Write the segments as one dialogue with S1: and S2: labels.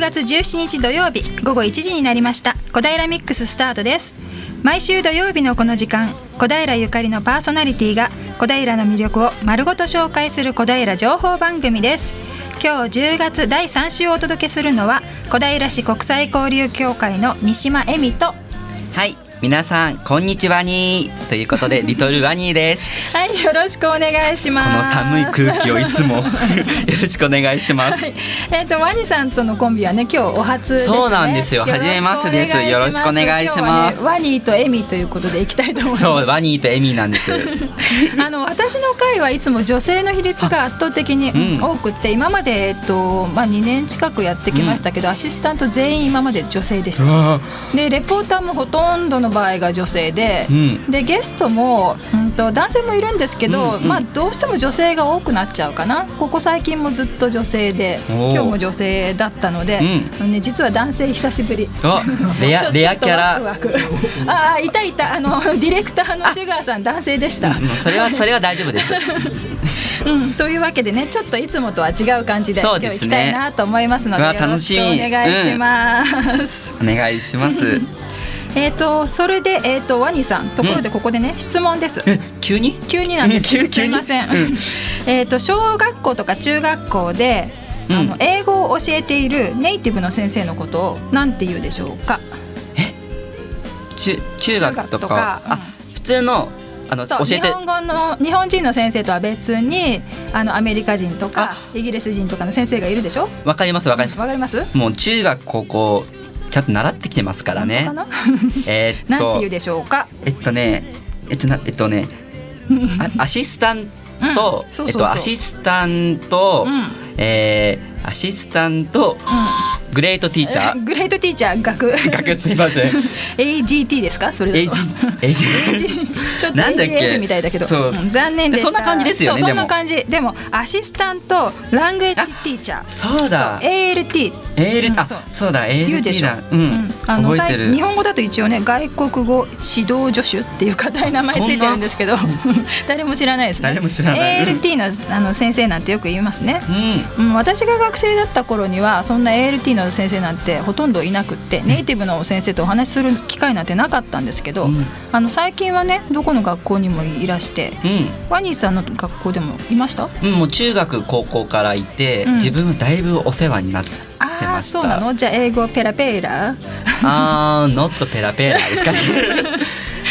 S1: 月17日土曜日午後1時になりました小平ミックススタートです毎週土曜日のこの時間小平ゆかりのパーソナリティが小平の魅力を丸ごと紹介する小平情報番組です今日10月第3週をお届けするのは小平市国際交流協会の西間恵美と
S2: はい皆さんこんにちはにーというこ とでリトルワニーです
S1: はいよろしくお願いしま
S2: こ
S1: す
S2: の寒い空気をいつもよろしくお願いします、
S1: えっ、とワニさんとのコンビはね今日お初ですね。
S2: そうなんです
S1: ろ
S2: よ
S1: しくお願いし
S2: 初めましてですよろしくお願いします
S1: 今日はねワニとエミということでいきたいと思います。
S2: そうワニーとエミーなんです
S1: あの私の会はいつも女性の比率が圧倒的に
S2: うん
S1: 多くて、今までえっとまあ2年近くやってきましたけど、アシスタント全員今まで女性でした。でレポーターもほとんどの場合が女性で、
S2: うん
S1: でゲストも、うん、と男性もいるんですけど、
S2: うんうん
S1: まあ、どうしても女性が多くなっちゃうかなここ最近もずっと女性で
S2: おー
S1: 今日も女性だったので、
S2: うん
S1: あのね、実は男性久しぶり。
S2: あレアレアキャ
S1: ち
S2: ラ
S1: ょっとワクワクああいたいたあのディレクターのシュガーさん男性でした。
S2: うんそれはそれは大丈夫です
S1: うん、というわけでねちょっといつもとは違う感じで
S2: そうですね
S1: 今日行きたいなと思いますので
S2: うわ
S1: よろしくお
S2: 楽しみ
S1: 願いします。
S2: お願いします
S1: えっとそれでえっ、とワニさんところでここでね、質問です。
S2: え急に
S1: 急になんです。
S2: 急急に
S1: すいません。
S2: うん
S1: えっと小学校とか中学校で、あ
S2: う
S1: の
S2: ん
S1: 英語を教えているネイティブの先生のことをなんて言うでしょうか。
S2: 中中学とか
S1: 中学とか
S2: あ普通のあの教
S1: そう
S2: え
S1: 日
S2: て
S1: 本語の日本人の先生とは別にあのアメリカ人とかイギリス人とかの先生がいるでしょ。
S2: わかりますわかります
S1: わかります？
S2: もう中学高校ちゃんと習ってきてますからね
S1: 本当かな
S2: え ー
S1: な
S2: っ
S1: んて
S2: と
S1: 言うでしょうか。
S2: えっとねえっとなえっ とねあアシスタント
S1: うんそうそうそう
S2: えっとアシスタント
S1: うん
S2: えーアシスタントグレートティー チャー
S1: グレートティーチャー学
S2: 学すいま せん
S1: AGT ですかそれだと
S2: AG AG
S1: ちょっと
S2: なんだっけ
S1: AGF みたいだけど
S2: そうん
S1: 残念でした
S2: そんな感じですよね
S1: そうそ
S2: で
S1: ん
S2: も
S1: な感じでもアシスタントラングエッジティーチャー
S2: そうだ
S1: そう ALT
S2: エー
S1: うん
S2: ルあ
S1: そう
S2: そうだエ
S1: 言う
S2: ー
S1: で
S2: ル
S1: しょ
S2: だう
S1: うん
S2: ん
S1: あの
S2: 覚えて
S1: さい
S2: る
S1: 日本語だと一応ね外国語指導助手っていう硬い名前ついてるんですけど 誰も知らないですね
S2: 誰も知らないうん
S1: ALT のあの先生なんてよく言いますね
S2: うん
S1: うん、私が学生だった頃にはそんな ALT の先生なんてほとんどいなくってネイティブの先生とお話しする機会なんてなかったんですけど、
S2: うん
S1: あの最近はねどこの学校にもいらして
S2: うん
S1: ワニーさんの学校でもいました
S2: うん、もう中学高校からいて、
S1: うん
S2: 自分はだいぶお世話になってました
S1: ああそうなのじゃあ英語ペラペラ
S2: あーノットペラペラです かね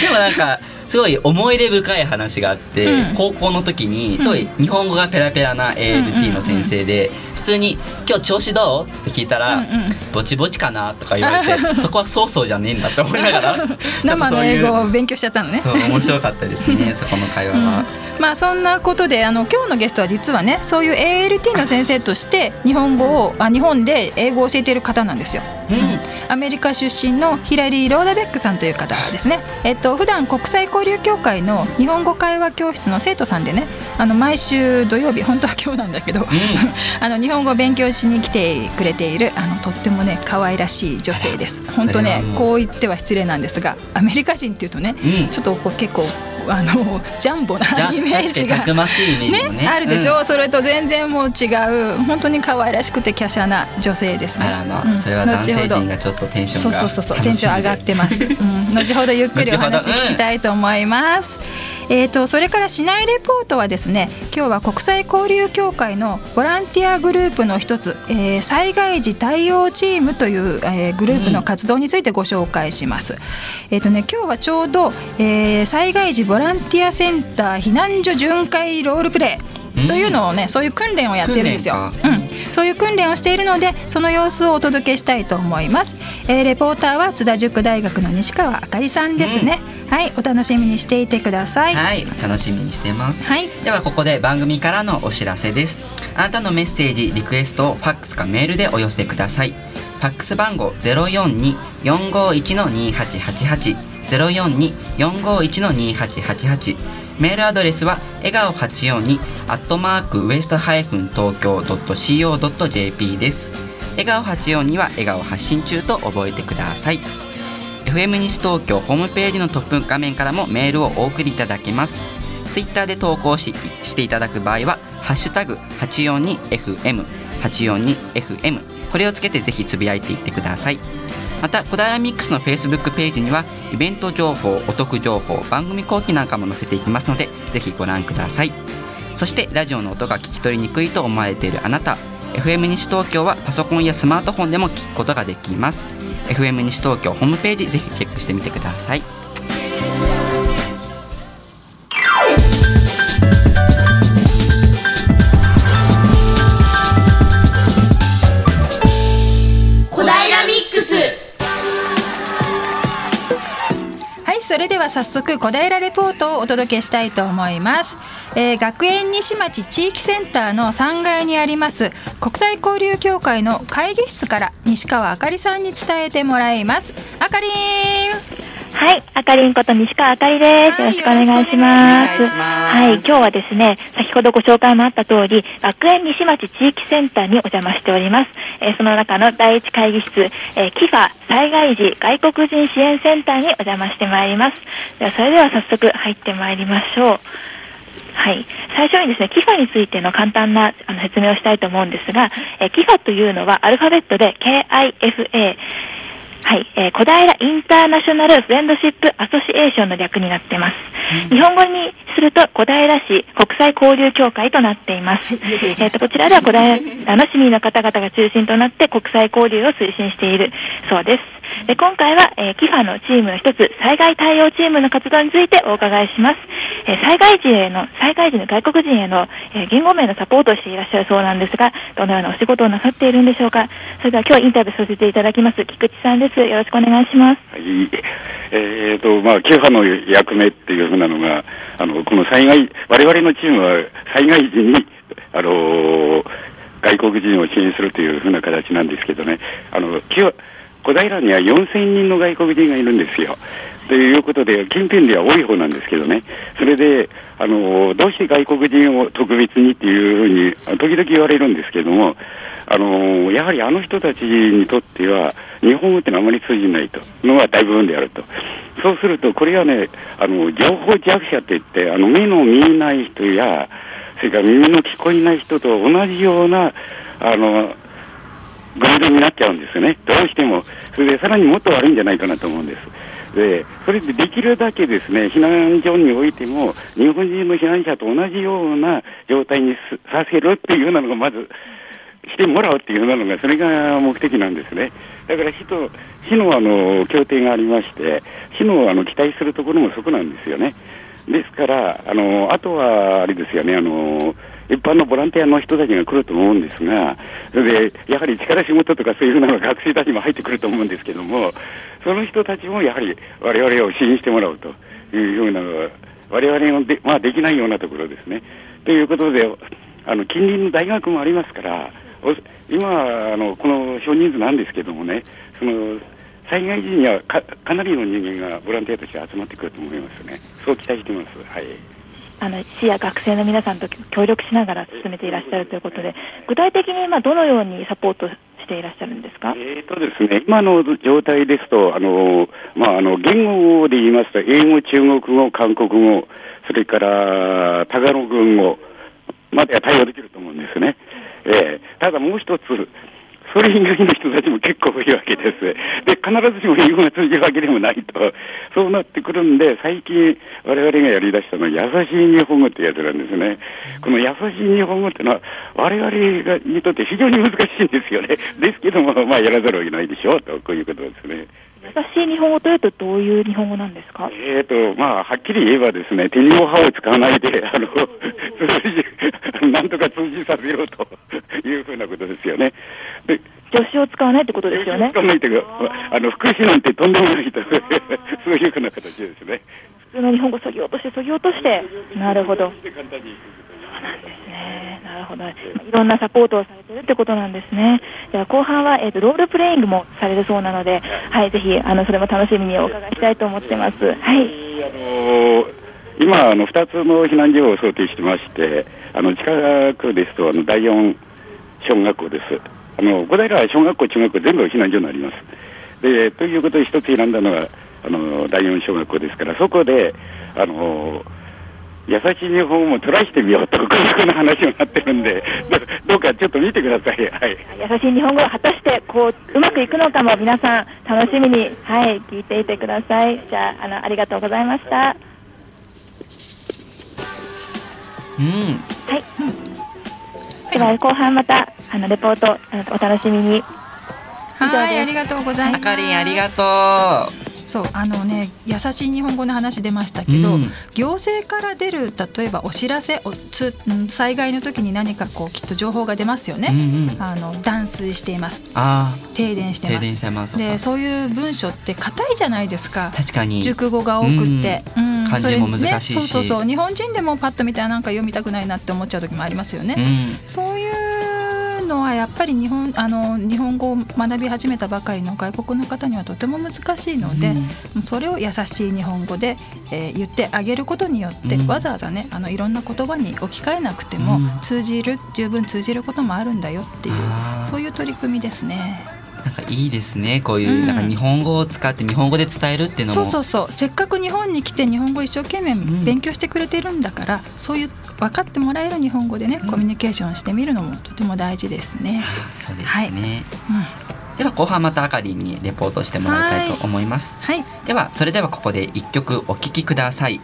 S2: でもなんかすごい思い出深い話があって、
S1: うん
S2: 高校の時にすごい日本語がペラペラな ALT の先生で、普通に「今日調子どう?」って聞いたら「
S1: うんうん
S2: ぼちぼちかな?」とか言わ れてそこはそうそうじゃねえんだって思い ながら
S1: 生の英語
S2: なんか
S1: を勉強しちゃったのね。
S2: そういうそう面白かったです ねそこの会話は。
S1: うんまあそんなことであの今日のゲストは実はねそういう ALT の先生として日本語をあ日本で英語を教えている方なんですよ。
S2: うん
S1: アメリカ出身のヒラリー・ローダベックさんという方ですね、えっと普段国際交流協会の日本語会話教室の生徒さんでねあの毎週土曜日本当は今日なんだけど、 あの日本語を勉強しに来てくれているあのとってもね可愛らしい女性です本当
S2: それ
S1: ね
S2: はもう
S1: こう言っては失礼なんですがアメリカ人っていうとね、
S2: うん
S1: ちょっとこう結構あのジャンボな
S2: じゃあ
S1: イメージ
S2: 確か
S1: が
S2: にたくましいイメージもね
S1: ねあるでしょう、それと全然もう違う本当に可愛らしくて華奢な女性ですね
S2: あらま
S1: う
S2: あ、
S1: ん
S2: それは男性
S1: 後ほ
S2: 陣
S1: ど
S2: がちょっとテンショ
S1: そ
S2: ン
S1: う
S2: が
S1: そう
S2: 楽
S1: そう
S2: し
S1: そうテンション上がってます、うん、後ほどゆっくりお話
S2: 後ほどうん
S1: 聞きたいと思います、えっ、とそれから市内レポートはですね今日は国際交流協会のボランティアグループの一つ、えー災害時対応チームという、えーグループの活動についてご紹介します、えっ、とね今日はちょうど、えー災害時ボランティアセンター避難所巡回ロールプレイというのをね、そういう訓練をやってるんですよ
S2: 訓
S1: う
S2: 練か
S1: ん、そういう訓練をしているのでその様子をお届けしたいと思います、えーレポーターは津田塾大学の西川あかりさんですね、はいお楽しみにしていてください、
S2: はい、楽しみにしてます、
S1: はい
S2: ではここで番組からのお知らせですあなたのメッセージリクエストをファックスかメールでお寄せくださいファックス番号042-451-2888 042-451-2888メールアドレスは笑顔842アットマークウエストハイフン東京 .co.jp です笑顔842は笑顔発信中と覚えてください FM 西東京ホームページのトップ画面からもメールをお送りいただけますツイッターで投稿ししていただく場合は「ハッシュタグ #842FM」 842FM これをつけてぜひつぶやいていってくださいまた小平ミックスの Facebook ページにはイベント情報お得情報番組後期なんかも載せていきますのでぜひご覧くださいそしてラジオの音が聞き取りにくいと思われているあなた FM 西東京はパソコンやスマートフォンでも聞くことができます FM 西東京ホームページぜひチェックしてみてください
S3: 小平ミックス
S1: はいそれでは早速小平レポートをお届けしたいと思います、えー学園西町地域センターの3階にあります国際交流協会の会議室から西川あかりさんに伝えてもらいますあかりん
S4: はい、あかりんこと西川あかりです。
S1: は
S4: よろ
S1: い
S4: しくお願いします。
S1: よろしくお
S4: はい、今日はですね、先ほどご紹介もあった通り、学園西町地域センターにお邪魔しております。えーその中の第一会議室、えー、キファ災害時外国人支援センターにお邪魔してまいります。では、それでは早速入ってまいりましょう。はい、最初にですね、キファについての簡単なあの説明をしたいと思うんですが、えーキファというのはアルファベットで KIFA、はい、えー小平インターナショナルフレンドシップアソシエーションの略になっています。日本語にすると小平市国際交流協会となっています。
S1: はいよくできま
S4: えー
S1: した
S4: とこちらでは小平の市民の方々が中心となって国際交流を推進しているそうです。で今回は、えー、キファのチームの一つ災害対応チームの活動についてお伺いします。えー災害時への災害時の外国人への、えー言語名のサポートをしていらっしゃるそうなんですが、どのようなお仕事をなさっているんでしょうか。それでは今日インタビューさせていただきます菊池さんです。よろしくお願いします。
S5: はい、えーとまあ、キファの役目っていうふうなのが、あのこの災害、我々のチームは災害時に、あの外国人を支援するというふうな形なんですけどね、あのキファ小平には4000人の外国人がいるんですよ。ということで、近辺では多い方なんですけどね、それで、あのどうして外国人を特別にっていうふうに、時々言われるんですけども、あのやはりあの人たちにとっては、日本語ってのはあまり通じないとのが大部分であると、そうすると、これはね、あの情報弱者っていって、あの目の見えない人や、それから耳の聞こえない人と同じような、あのグレードになっちゃうんですよね、どうしても、それでさらにもっと悪いんじゃないかなと思うんです。でそれでできるだけですね避難所においても、日本人の避難者と同じような状態にすさせるっていうようなのが、まずしてもらうっていうようなのが、それが目的なんですね。だから市と、市のあの協定がありまして、市のあの期待するところもそこなんですよね。ですから、あのあとはあれですよねあの、一般のボランティアの人たちが来ると思うんですが、それでやはり力仕事とかそういうふうなのが学生たちも入ってくると思うんですけども、その人たちもやはり我々を支援してもらうというような、我々ので,、まあ、できないようなところですね。ということで、あの近隣の大学もありますから、お今あの、この少人数なんですけどもね、その災害時にはかかなりの人間がボランティアとして集まってくると思いますね、そう期待してます。はい
S4: あの市や学生の皆さんと協力しながら進めていらっしゃるということで、具体的に今どのようにサポートしていらっしゃるんですか。
S5: えーとですね、今の状態ですと、あのまあ、あの言語で言いますと、英語、中国語、韓国語、それからタガログ語までは対応できると思うんですね。えーただもう一つ、それ以外の人たちも結構多いわけです。で、必ずしも英語が通じるわけでもないと。 そうなってくるんで、最近我々がやり出したのは優しい日本語ってやつなんですね。この優しい日本語ってのは我々がにとって非常に難しいんですよね。 ですけども、まあやらざるを得ないでしょうと、こういうことですね。
S4: 優しい日本語というとどういう日本語なんですか。
S5: えーとまあ、はっきり言えば、ですね天皇派を使わないで、 あの通じなんとか通じさせようというふうなことですよね。で
S4: 助詞を使わないってことですよね
S5: 使。わないというか、あの福祉なんてとんでもないと、 そういうふうな形ですね。
S4: 普通の日本語削ぎ落として削ぎ落として。なるほど。
S5: で簡単に
S4: ねなるほど。いろんなサポートをされてるってことなんですね。では後半は、えっとロールプレイングもされるそうなので、はい、ぜひあのそれも楽しみにお伺いしたいと思ってます。はい。
S5: あの今あの、2つの避難所を想定してまして、あの近くですとあの第4小学校です。あの小平は小学校、中学校、全部避難所になります。でということで、一つ選んだのはあの第4小学校ですから、そこであの優しい日本をトライしてみようと、こういう話になってるんで、どどうかちょっと見てください。はい。
S4: 優しい日本語が果たしてこううまくいくのかも皆さん楽しみにはい聞いていてください。じゃああのありがとうございました。は
S2: うん
S4: い。では後半またあのレポートあのお楽しみに。
S1: は
S4: 上
S1: い
S4: です
S1: ありがとうございます
S2: あかりんありがと
S1: そうあのね優しい日本語の話出ましたけど、
S2: うん
S1: 行政から出る例えばお知らせおつうん災害の時に何かこうきっと情報が出ますよ
S2: う。う
S1: ね、
S2: んうん。あ
S1: あの断水しています
S2: あ
S1: 停電して
S2: 停
S1: ま
S2: 電
S1: す
S2: してますと
S1: で
S2: か。
S1: そういう文章って硬いじゃないですか
S2: 確かに。
S1: 熟語が多くって、うん
S2: 漢字も難し
S1: それ
S2: いし
S1: ね、そうそうそう日本人でもパッと見たらなんか読みたくないなって思っちゃう時もありますよね、
S2: うん。
S1: そういうのはやっぱり日本あの日本語を学び始めたばかりの外国の方にはとても難しいので、それを優しい日本語で、えー言ってあげることによって、
S2: うん
S1: わざわざねあのいろんな言葉に置き換えなくても、
S2: うん
S1: 通じる十分通じることもあるんだよっていう
S2: あー
S1: そういう取り組みですね。
S2: なんかいいですね。こういう、
S1: うん
S2: なんか日本語を使って日本語で伝えるっていうの
S1: そ
S2: も。
S1: うそうそうせっかく日本に来て日本語一生懸命
S2: ん
S1: 勉強してくれてるんだから、そういう分かってもらえる日本語でね、コミュニケーションしてみるのもとても大事ですね。
S2: そうで
S1: は
S2: す
S1: い
S2: ね。
S1: うん
S2: では後半またあかりんにレポートしてもらいたいと思います。
S1: はい
S2: ではそれではここで一曲お聴きください。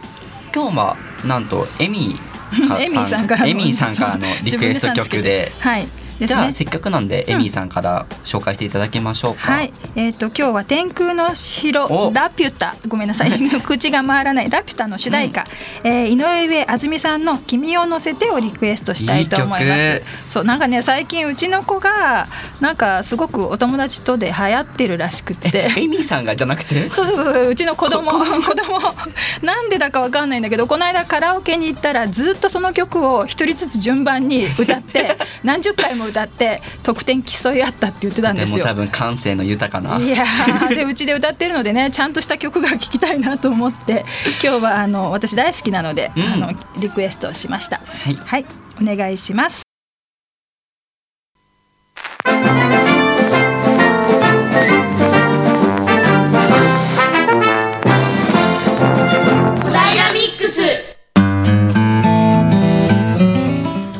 S2: 今日はなんとエミー か
S1: エミーさんからの
S2: エミーさんからのリクエスト曲で。
S1: はいです
S2: じゃあ
S1: ね
S2: せっかくなんでエミーさんから紹介していただきましょうか。
S1: はい、えっ、と今日は天空の城
S2: お
S1: ラピュタごめんな さい口が回らないラピュタの主題歌、えー井上あずみさんの君を乗せてをリクエストしたいと思います。
S2: いい曲
S1: そうなんかね最近うちの子がなんかすごくお友達とで流行ってるらしく って。
S2: エミーさんがじゃなくて。
S1: そうそうそうそううちの子供子供なんでだかわかんないんだけどこの間カラオケに行ったらずっとその曲を一人ずつ順番に歌って 何十回も歌って得点競い合ったって言ってたん
S2: で
S1: です
S2: も
S1: よ
S2: 多。分感性の豊かない
S1: やーでうちで歌ってるのでねちゃんとした曲が聴きたいなと思って今日はあの私大好きなので、
S2: うん
S1: あのリクエストをしました。
S2: はい
S1: はい、お願いします。
S3: 小平ミックス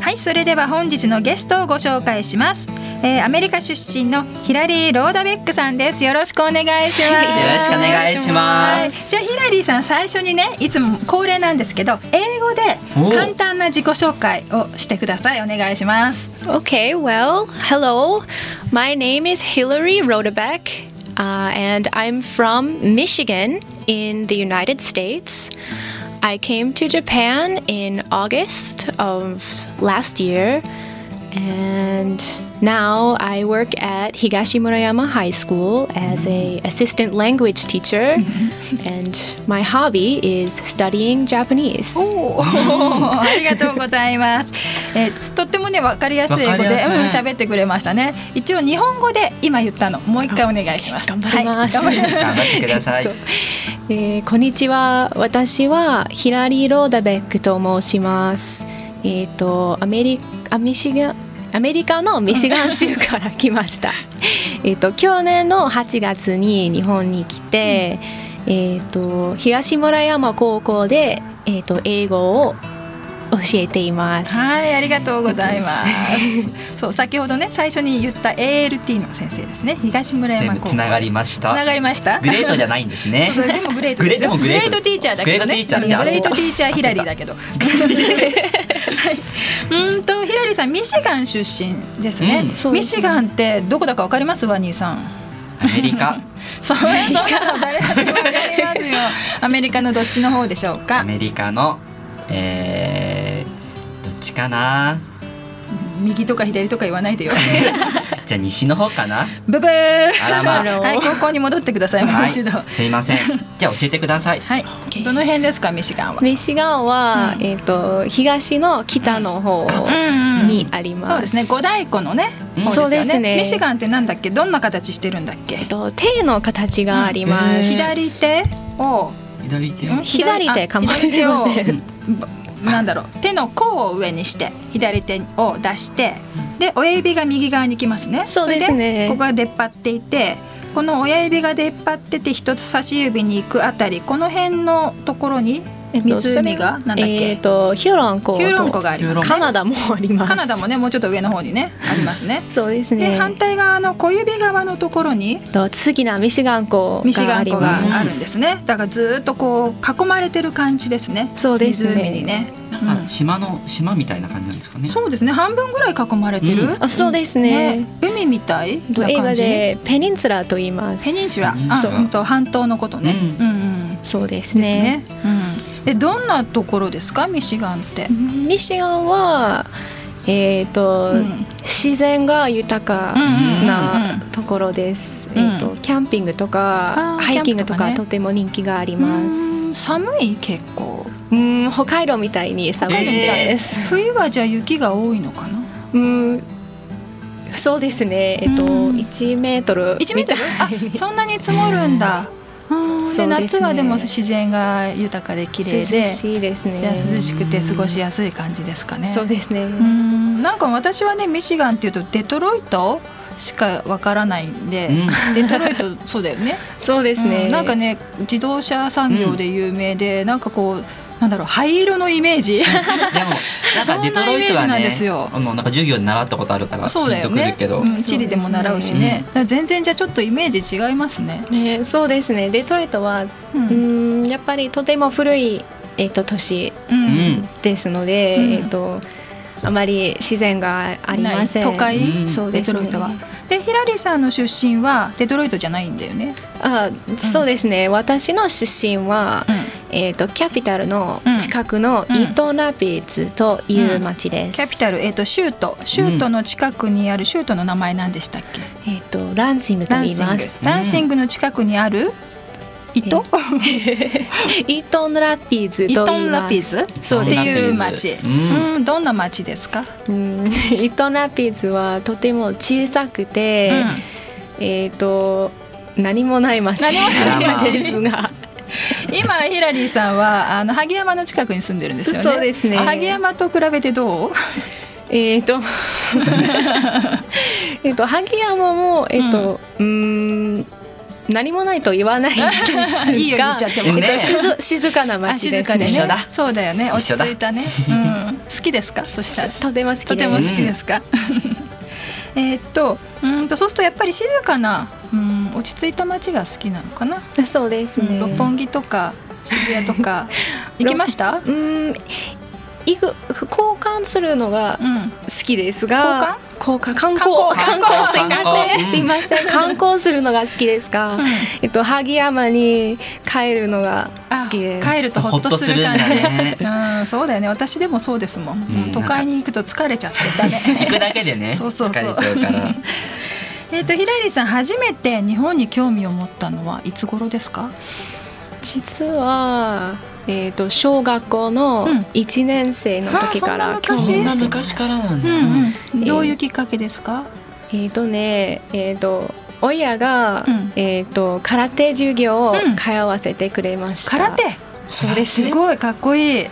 S1: はい、それでは本日のゲストをご紹介します。えー、アメリカ出身のヒラリー・ローダベックさんです。よろしくお願いします。
S2: よろしくお願いします
S1: はい。じゃあヒラリーさん最初にね、いつも恒例なんですけど、英語
S2: お
S1: で簡単な自己紹介をしてください。お願いします。
S6: Okay, well, hello. My name is Hillary Rodebeck, uh, and I'm from Michigan in the United States. I came to Japan in August of last year, and now I work at Higashimurayama High School as a assistant language teacher, and my hobby is studying Japanese.
S1: おー ありがとうございます。えーとってもね分かりやすい英語で
S2: わかりやすい
S1: うん喋ってくれましたね。一応日本語で今言ったのもう一回お願いします。
S6: 頑張ります
S1: はい頑張り
S2: 頑張ってください。
S6: えーこんにちは私はヒラリー・ローダベックと申しますえっ、とアメリカミシガンアメリカのミシガン州から来 ましたえっと去年の8月に日本に来て、えっ、と東村山高校で、えっと英語を教えています
S1: はい、ありがとうございます。 そう、先ほどね、最初に言った ALT の先生ですね。東村山
S2: 全
S1: 高
S2: 部
S1: 校。
S2: つながりまし
S1: つな
S2: た。
S1: がりました。
S2: グレートじゃないんですね。
S1: そうそうでもグレートですよ。
S2: グレートもグレート
S1: ティーチャーだけどね。
S2: グレートティーチャーじゃあ
S1: グレートティーチャーヒラリーだけど。はい。 うーんとヒラリーさんミシガン出身ですね。
S2: うん
S6: そう
S1: ミ
S6: です
S1: シガンってどこだかわかりますワニーさん。
S2: アメリ カ。
S1: そうそうなの誰だってわかりますよ。 アメリカのどっちの方でしょう
S2: ア
S1: か。
S2: メリカの、えー、どっちかな
S1: 右とか左とか言わないでよ。
S2: じゃあ西の方 かな
S1: ブブー。
S2: あらま
S6: あ
S1: はい、高校に戻ってください。もう
S2: は
S1: 一度。
S2: い、すいませんじゃあ教えてください
S1: はい、
S6: Okay
S1: どの辺ですかミシガンは。
S6: ミシガンは、
S1: うん
S6: えっ、と東の北の方
S1: ん
S6: にありま
S1: そう
S6: す、
S1: ですね、五大湖のね
S2: うん。
S1: 方
S6: そう
S1: よ
S6: ですね
S1: ミシガンってなんだっけ、どんな形してるんだっけ
S6: えっ。と手の形があります、
S2: うんえー
S1: 左手を、
S2: 左手を
S1: ん
S6: 左手かも
S1: あ
S6: しれません
S1: 左手をばなんだろう、手の甲を上にして、左手を出して、で親指が右側に来ますね。
S6: そうですね
S1: それここが出っ張っていて。この親指が出っ張ってて人差し指に行くあたりこの辺のところに
S6: えっとそれ
S1: 湖がなんだっけ
S6: えっとヒューロン湖と
S1: ヒューロン湖がありますね
S6: カナダもあります
S1: カナダもねもうちょっと上の方にねありますね。
S6: そうですね
S1: で反対側の小指側のところに
S6: えっと次なミシガン湖
S1: ミシガ
S6: があ
S1: ン
S6: り
S1: 湖が
S6: ま
S1: あ
S6: す
S1: るんですね。だからずーっとこう囲まれてる感じですね。
S6: そうですね
S1: 湖にね。
S2: なんか島の島みたいな感じなんですかね。
S1: そうですね。半分ぐらい囲まれてる。
S6: あそうですね。
S1: 海みたい
S6: えっと
S1: な
S6: 映
S1: 感
S6: 画
S1: じ。ペ
S6: でペニンツラと言います
S1: ニンシュラ
S2: ペニン。
S1: あ、
S2: シュラ
S1: うんと半島のことね。
S2: う
S1: うんんうん。
S6: そうです
S1: ですね
S6: ね。。
S1: うん。でどんなところですかミシガンって。
S6: ミシガンはえっと
S1: うん
S6: 自然が豊か
S1: うんうんうんう
S6: なところです
S1: う。ん
S6: えっとキャンピングとか
S1: あー
S6: ハイキングと
S1: キャンプと
S6: か
S1: か
S6: と
S1: ね
S6: ても人気があります。
S1: うん寒い結構。
S6: うん北海道みたいに寒いです。
S1: 冬はじゃあ雪が多いのかな。
S6: うん、そうですね。えっと、
S1: うん
S6: 1メートル
S1: 1メートルあそんなに積もるんだ。うん
S6: そ
S1: で
S6: うですね
S1: 夏はでも自然が豊かで綺麗で
S6: 涼しいですね。
S1: じゃあ涼しくて過ごしやすい感じですかね。
S6: そうですね。
S1: うんなんか私はねミシガンっていうとデトロイトしかわからないんで、
S2: う
S1: デトロイトそうだよね。
S6: そうですね。
S1: うんなんかね自動車産業で有名で、なんかこうなんだろう灰色のイメージ。
S2: でもなん
S1: そん
S2: か
S1: な
S2: デトロイ
S1: イ
S2: ト
S1: メー
S2: は
S1: ジなん
S2: ね
S1: ですよ
S2: もうなんか授業で習ったことあるから
S1: そうだよ
S2: ピン
S1: ね
S2: とくるけど、
S1: うんチリでも習うしねだから全然じゃあちょっとイメージ違いますね、
S6: ね、そうですね。デトロイトは、
S1: うん
S6: うん、やっぱりとても古いえっと都市
S1: うん
S2: うん
S6: ですので、
S1: うん
S6: えっとあまり自然がありません。
S1: ない都会、
S2: うん
S6: そう
S1: デト
S6: ですね。
S1: ロイトはでヒラリーさんの出身はデトロイトじゃないんだよね、
S6: あ、そうですね。私の出身は、えっとキャピタルの近くの
S1: うん
S6: イトナピーツという町です。
S1: キャピタル、えー、と州都州都の近くにある州都の名前なんでしたっけ、
S6: えっ、とランシングと
S1: ラン
S6: 言い
S1: シン
S6: ま
S1: グ
S6: す。
S2: ん
S1: ランシングの近くにある糸、
S6: イートンラピーズ
S1: イ
S6: と
S1: ト
S6: 言い
S1: ン
S6: ま
S1: ラ
S6: す。
S1: ピーズ
S2: そう
S1: っ
S2: で
S1: て
S2: す
S1: いう町、
S2: う
S1: うんんどんな町ですか、
S6: うん、イ ートンラピーズはとても小さくて、えっ、と何もない町
S1: 何も
S2: ない町
S6: ですが、
S1: うん今ヒラリーさんはあの萩山の近くに住んでるんですよね
S6: そうですね
S1: 萩山と比べてどう
S6: えっと えっと萩山もえっ、とうんん何もないと言わないんです が
S1: いいよ言っちゃって
S2: も
S6: えっと静静かな
S1: あ
S6: 町
S1: 静
S6: です、
S1: かでね
S2: 一緒だ
S1: そうだよね落
S2: 一
S1: ち
S2: 緒だ
S1: 着いたね、 うん、好きですかそしたら
S6: とても好きです。
S1: とても好きですか、 えーっとうーんとそうするとやっぱり静かなうん落ち着いた街が好きなのかな、
S6: そうですね。
S1: 六本木とか渋谷とか行きました
S6: うん、いく交換するのが
S1: うん
S6: 好きですが交換観光
S1: 観
S6: 観
S1: 光
S6: 光すいませ
S2: うん
S6: んすいません観光するのが好きですが、えっと萩山に帰るのが
S1: あ
S6: 好きです
S1: 帰るとほっとする感
S2: ほっとするんだね
S1: じ、うんそうだよね私でもそうですもん、
S2: ん
S1: 都会に行くと疲れちゃってダメ
S2: 行くだけでね
S1: そうそうそう
S2: 疲れちゃうから
S1: えーっとひらりさん初めて日本に興味を持ったのはいつ頃ですか
S6: 実は、えっと小学校の
S1: うん
S6: 1年生の時
S1: あそ
S6: から、
S1: んな昔
S6: 興味
S1: そんな
S2: 昔からなん
S1: うんうん、
S6: えー
S1: どういうきっかけですか、
S6: えっ、とねえっ、と親が、
S1: うん
S6: えっ、と空手授業を
S1: うん
S6: 通わせてくれました、
S1: 空手
S6: そうです
S1: すごいかっこいい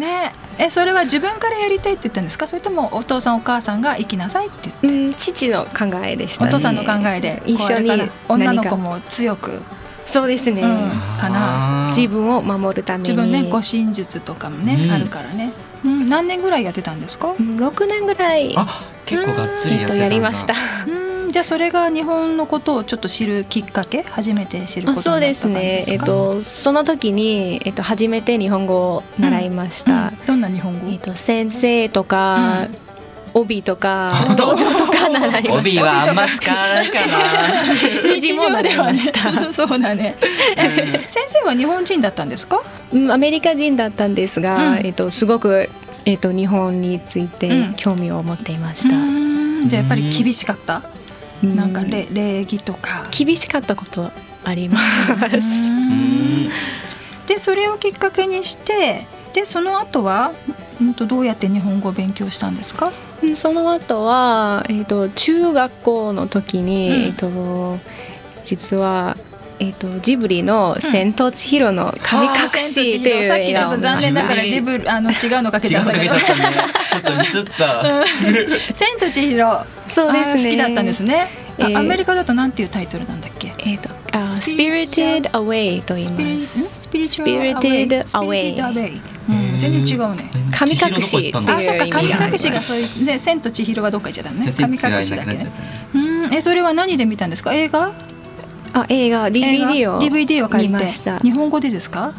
S1: ねえそれは自分からやりたいって言ったんですかそれともお父さんお母さんが行きなさいって言って
S6: うん、父の考えでした
S1: お
S6: ね。
S1: 父さんの考えで
S6: 一緒に
S1: こうあれかな女の子
S6: 何か
S1: も強く、
S6: そうですね。
S1: うん、かな
S6: 自分を守るために。
S1: 自分ね護身術とかもね、
S2: うん
S1: あるからね、うん、何年ぐらいやってたんですか
S6: う、ん六年ぐらい、
S2: あ結構がっつり
S6: え
S2: や
S6: っ
S2: って
S6: と
S2: たんだ
S6: やりました。
S1: うん、じゃあそれが日本のことをちょっと知るきっかけ初めて知るこ
S6: あ、
S1: とに
S6: そ
S1: なった感
S6: うで
S1: じで
S6: すね。え
S1: す
S6: っ
S1: か
S6: とその時にえっと初めて日本語を習いました。
S1: うんどんな日本語、
S6: えっと先生とか、帯とか道場とか習いまし
S2: 帯はあんま使わないかな
S6: た。数字も習いました。
S1: た そうだね先生は日本人だったんですか
S6: うんアメリカ人だったんですが、
S1: うん
S6: えっとすごくえっと日本につい
S1: うん
S6: て興味を持っていました。
S1: うんじゃあやっぱり厳しかった、
S6: うん
S1: なんか礼礼儀とか
S6: 厳しかったことあります。
S2: うん
S1: でそれをきっかけにしてでその後はうんとどうやって日本語を勉強したんですか、
S6: うんその後は、えっと中学校の時に、
S1: うん
S6: えっと実は。えっとジブリの「千と千尋の神隠し」っていう
S1: さっき
S6: 映
S1: ちょっ
S6: 画を
S1: と
S6: 見ま
S1: 残
S6: し
S1: 念
S6: た
S1: ながらジブリあの 違うのかけ
S2: 違
S1: ちゃ
S2: う
S1: っ
S2: か
S1: たけ
S2: けち
S1: ど
S2: ゃったねちょっとミスった
S1: 「千と千尋」
S6: そうで
S1: あ
S6: すね
S1: ー好きだったんですね、あ
S6: えー
S1: アメリカだとなんていうタイトルなんだっけ
S6: えっとあ spirited away と言い
S1: スピリ
S6: ま
S1: ん
S6: す。
S1: スピリチュアル
S6: Spirited
S1: アウェイ
S6: Away
S1: スピリティッドアウェイうん全然違うね
S6: 神隠しっていう
S1: あそっか
S6: 意味
S1: 神
S6: があり
S1: 隠し
S6: ます
S1: がそういうで千と千尋はどっか行っちゃったのね神隠しだけね
S2: ね
S1: うんえそれは何で見たんですか映画
S6: あ映画
S1: 映
S6: DVD
S1: 画
S6: を
S1: DVD を借り
S6: 見
S1: て
S6: ました
S1: 日本語でですか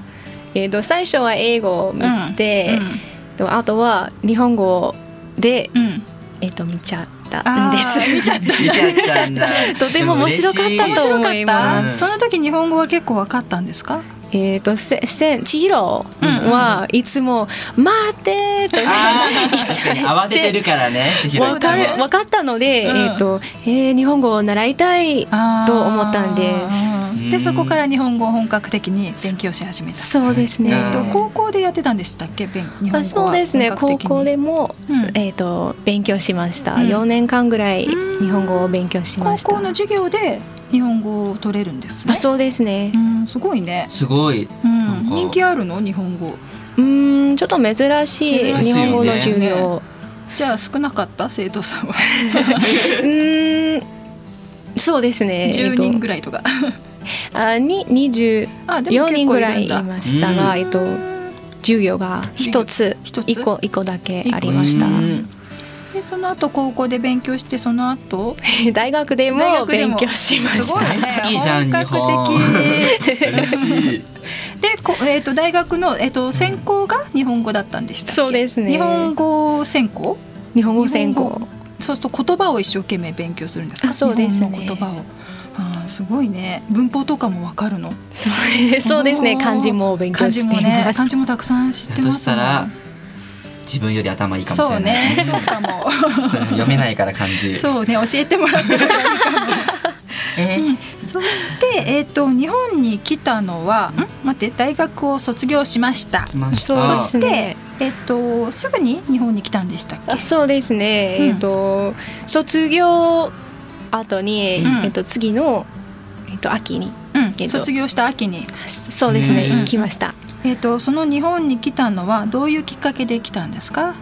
S6: えっと最初は英語を見て
S1: うんうん、
S6: とあとは日本語で
S1: うん
S6: えっと見ちゃったん
S1: あー
S6: です。
S1: 見ちゃった
S2: 見ちゃったんだ
S6: とても面白かった
S1: 面
S6: と
S1: 白
S6: 思
S1: か
S6: い
S1: っ
S6: ま
S1: た
S2: す
S1: その時日本語は結構わかったんですか
S6: えっとせせ千尋はいつも待ってと言
S2: あー
S6: っ
S2: 確
S6: ちゃ
S2: か
S6: っ
S2: に
S6: て。
S2: 慌ててるからね千尋
S6: わかるわかったので、
S1: うん
S6: えっ、と、えー日本語を習いたい
S1: あー
S6: と思ったんです。
S1: でそこから日本語を本格的に勉強し始めた
S6: そうですね。
S1: えっと
S2: うん
S1: 高校でやってたんでしたっけ勉日本語は
S6: あそうですね。
S1: 本格
S6: 高
S1: 的に
S6: 校でも、
S1: うん
S6: えっ、と勉強しました。
S1: うん
S6: 4年間ぐらい
S1: うん
S6: 日本語を勉強しま
S1: 高
S6: した。
S1: 校の授業で日本語を取れるんですね
S6: あそうですね
S1: う。んすごいね
S2: すごい
S1: うん
S2: んか
S1: 人気あるの日本語
S6: うーんちょっと珍しい
S1: 珍
S2: しい
S6: 日本語の授業。
S1: ねじゃあ少なかった生徒さんは
S6: うーんそうですね。
S1: 10人ぐ
S6: らい。
S1: らいとか
S6: あに24
S1: あでも結
S6: 人
S1: 構
S6: ぐ
S1: い
S6: ら
S1: る
S6: い
S1: ん
S6: い
S1: だ
S6: ましたが、
S2: うん
S6: えっ、と授業が一つ
S1: 一つ
S6: 一個一個だけあり
S1: 出
S6: ました。
S2: うん
S1: でその後高校で勉強してその後
S6: 大学で
S1: 大
S6: も
S1: 学で
S6: 勉
S1: も
S6: 強しまし
S1: すごい
S6: た。
S1: ね
S2: 大好きじゃん
S1: 本格 的
S2: 嬉しい
S1: でこえっと大学のえっと専攻が日本語だったんでしたっけ
S6: そうですね
S1: 日本語専攻
S6: 日本語専攻。
S1: そうすると言葉を一生懸命勉強するんですか
S6: あそうですね
S1: 日本の言葉をあーすごいね文法とかもわかるの
S6: そうそうですね。
S1: おー
S6: 漢字も勉強
S1: 漢字
S6: して
S1: も
S6: い
S1: ね
S6: ます。
S1: 漢字もたくさん知って
S2: そ
S1: ま
S2: し
S1: す
S2: た
S1: もん
S2: ら自分より頭いいかもし
S1: そう
S2: れない
S1: ねそうかも
S2: 読めないから漢字
S1: そうね教えてもらって
S2: えー
S1: そして、えー、と日本に来たのはん待って大学を卒業しました
S2: 来まし
S6: そう
S2: た
S6: そして
S1: で、えー、とすぐに日本に来たんでしたっけ
S6: あそうですね。
S1: うん
S6: えっと卒業後に、
S1: うん
S6: えっと次のえっと秋に
S1: うん
S6: えっと
S1: 卒業した秋に、
S6: そうですね、
S2: うん
S6: 来ました。
S1: えー、とその日本に来たのはどういうきっかけで来たんですか、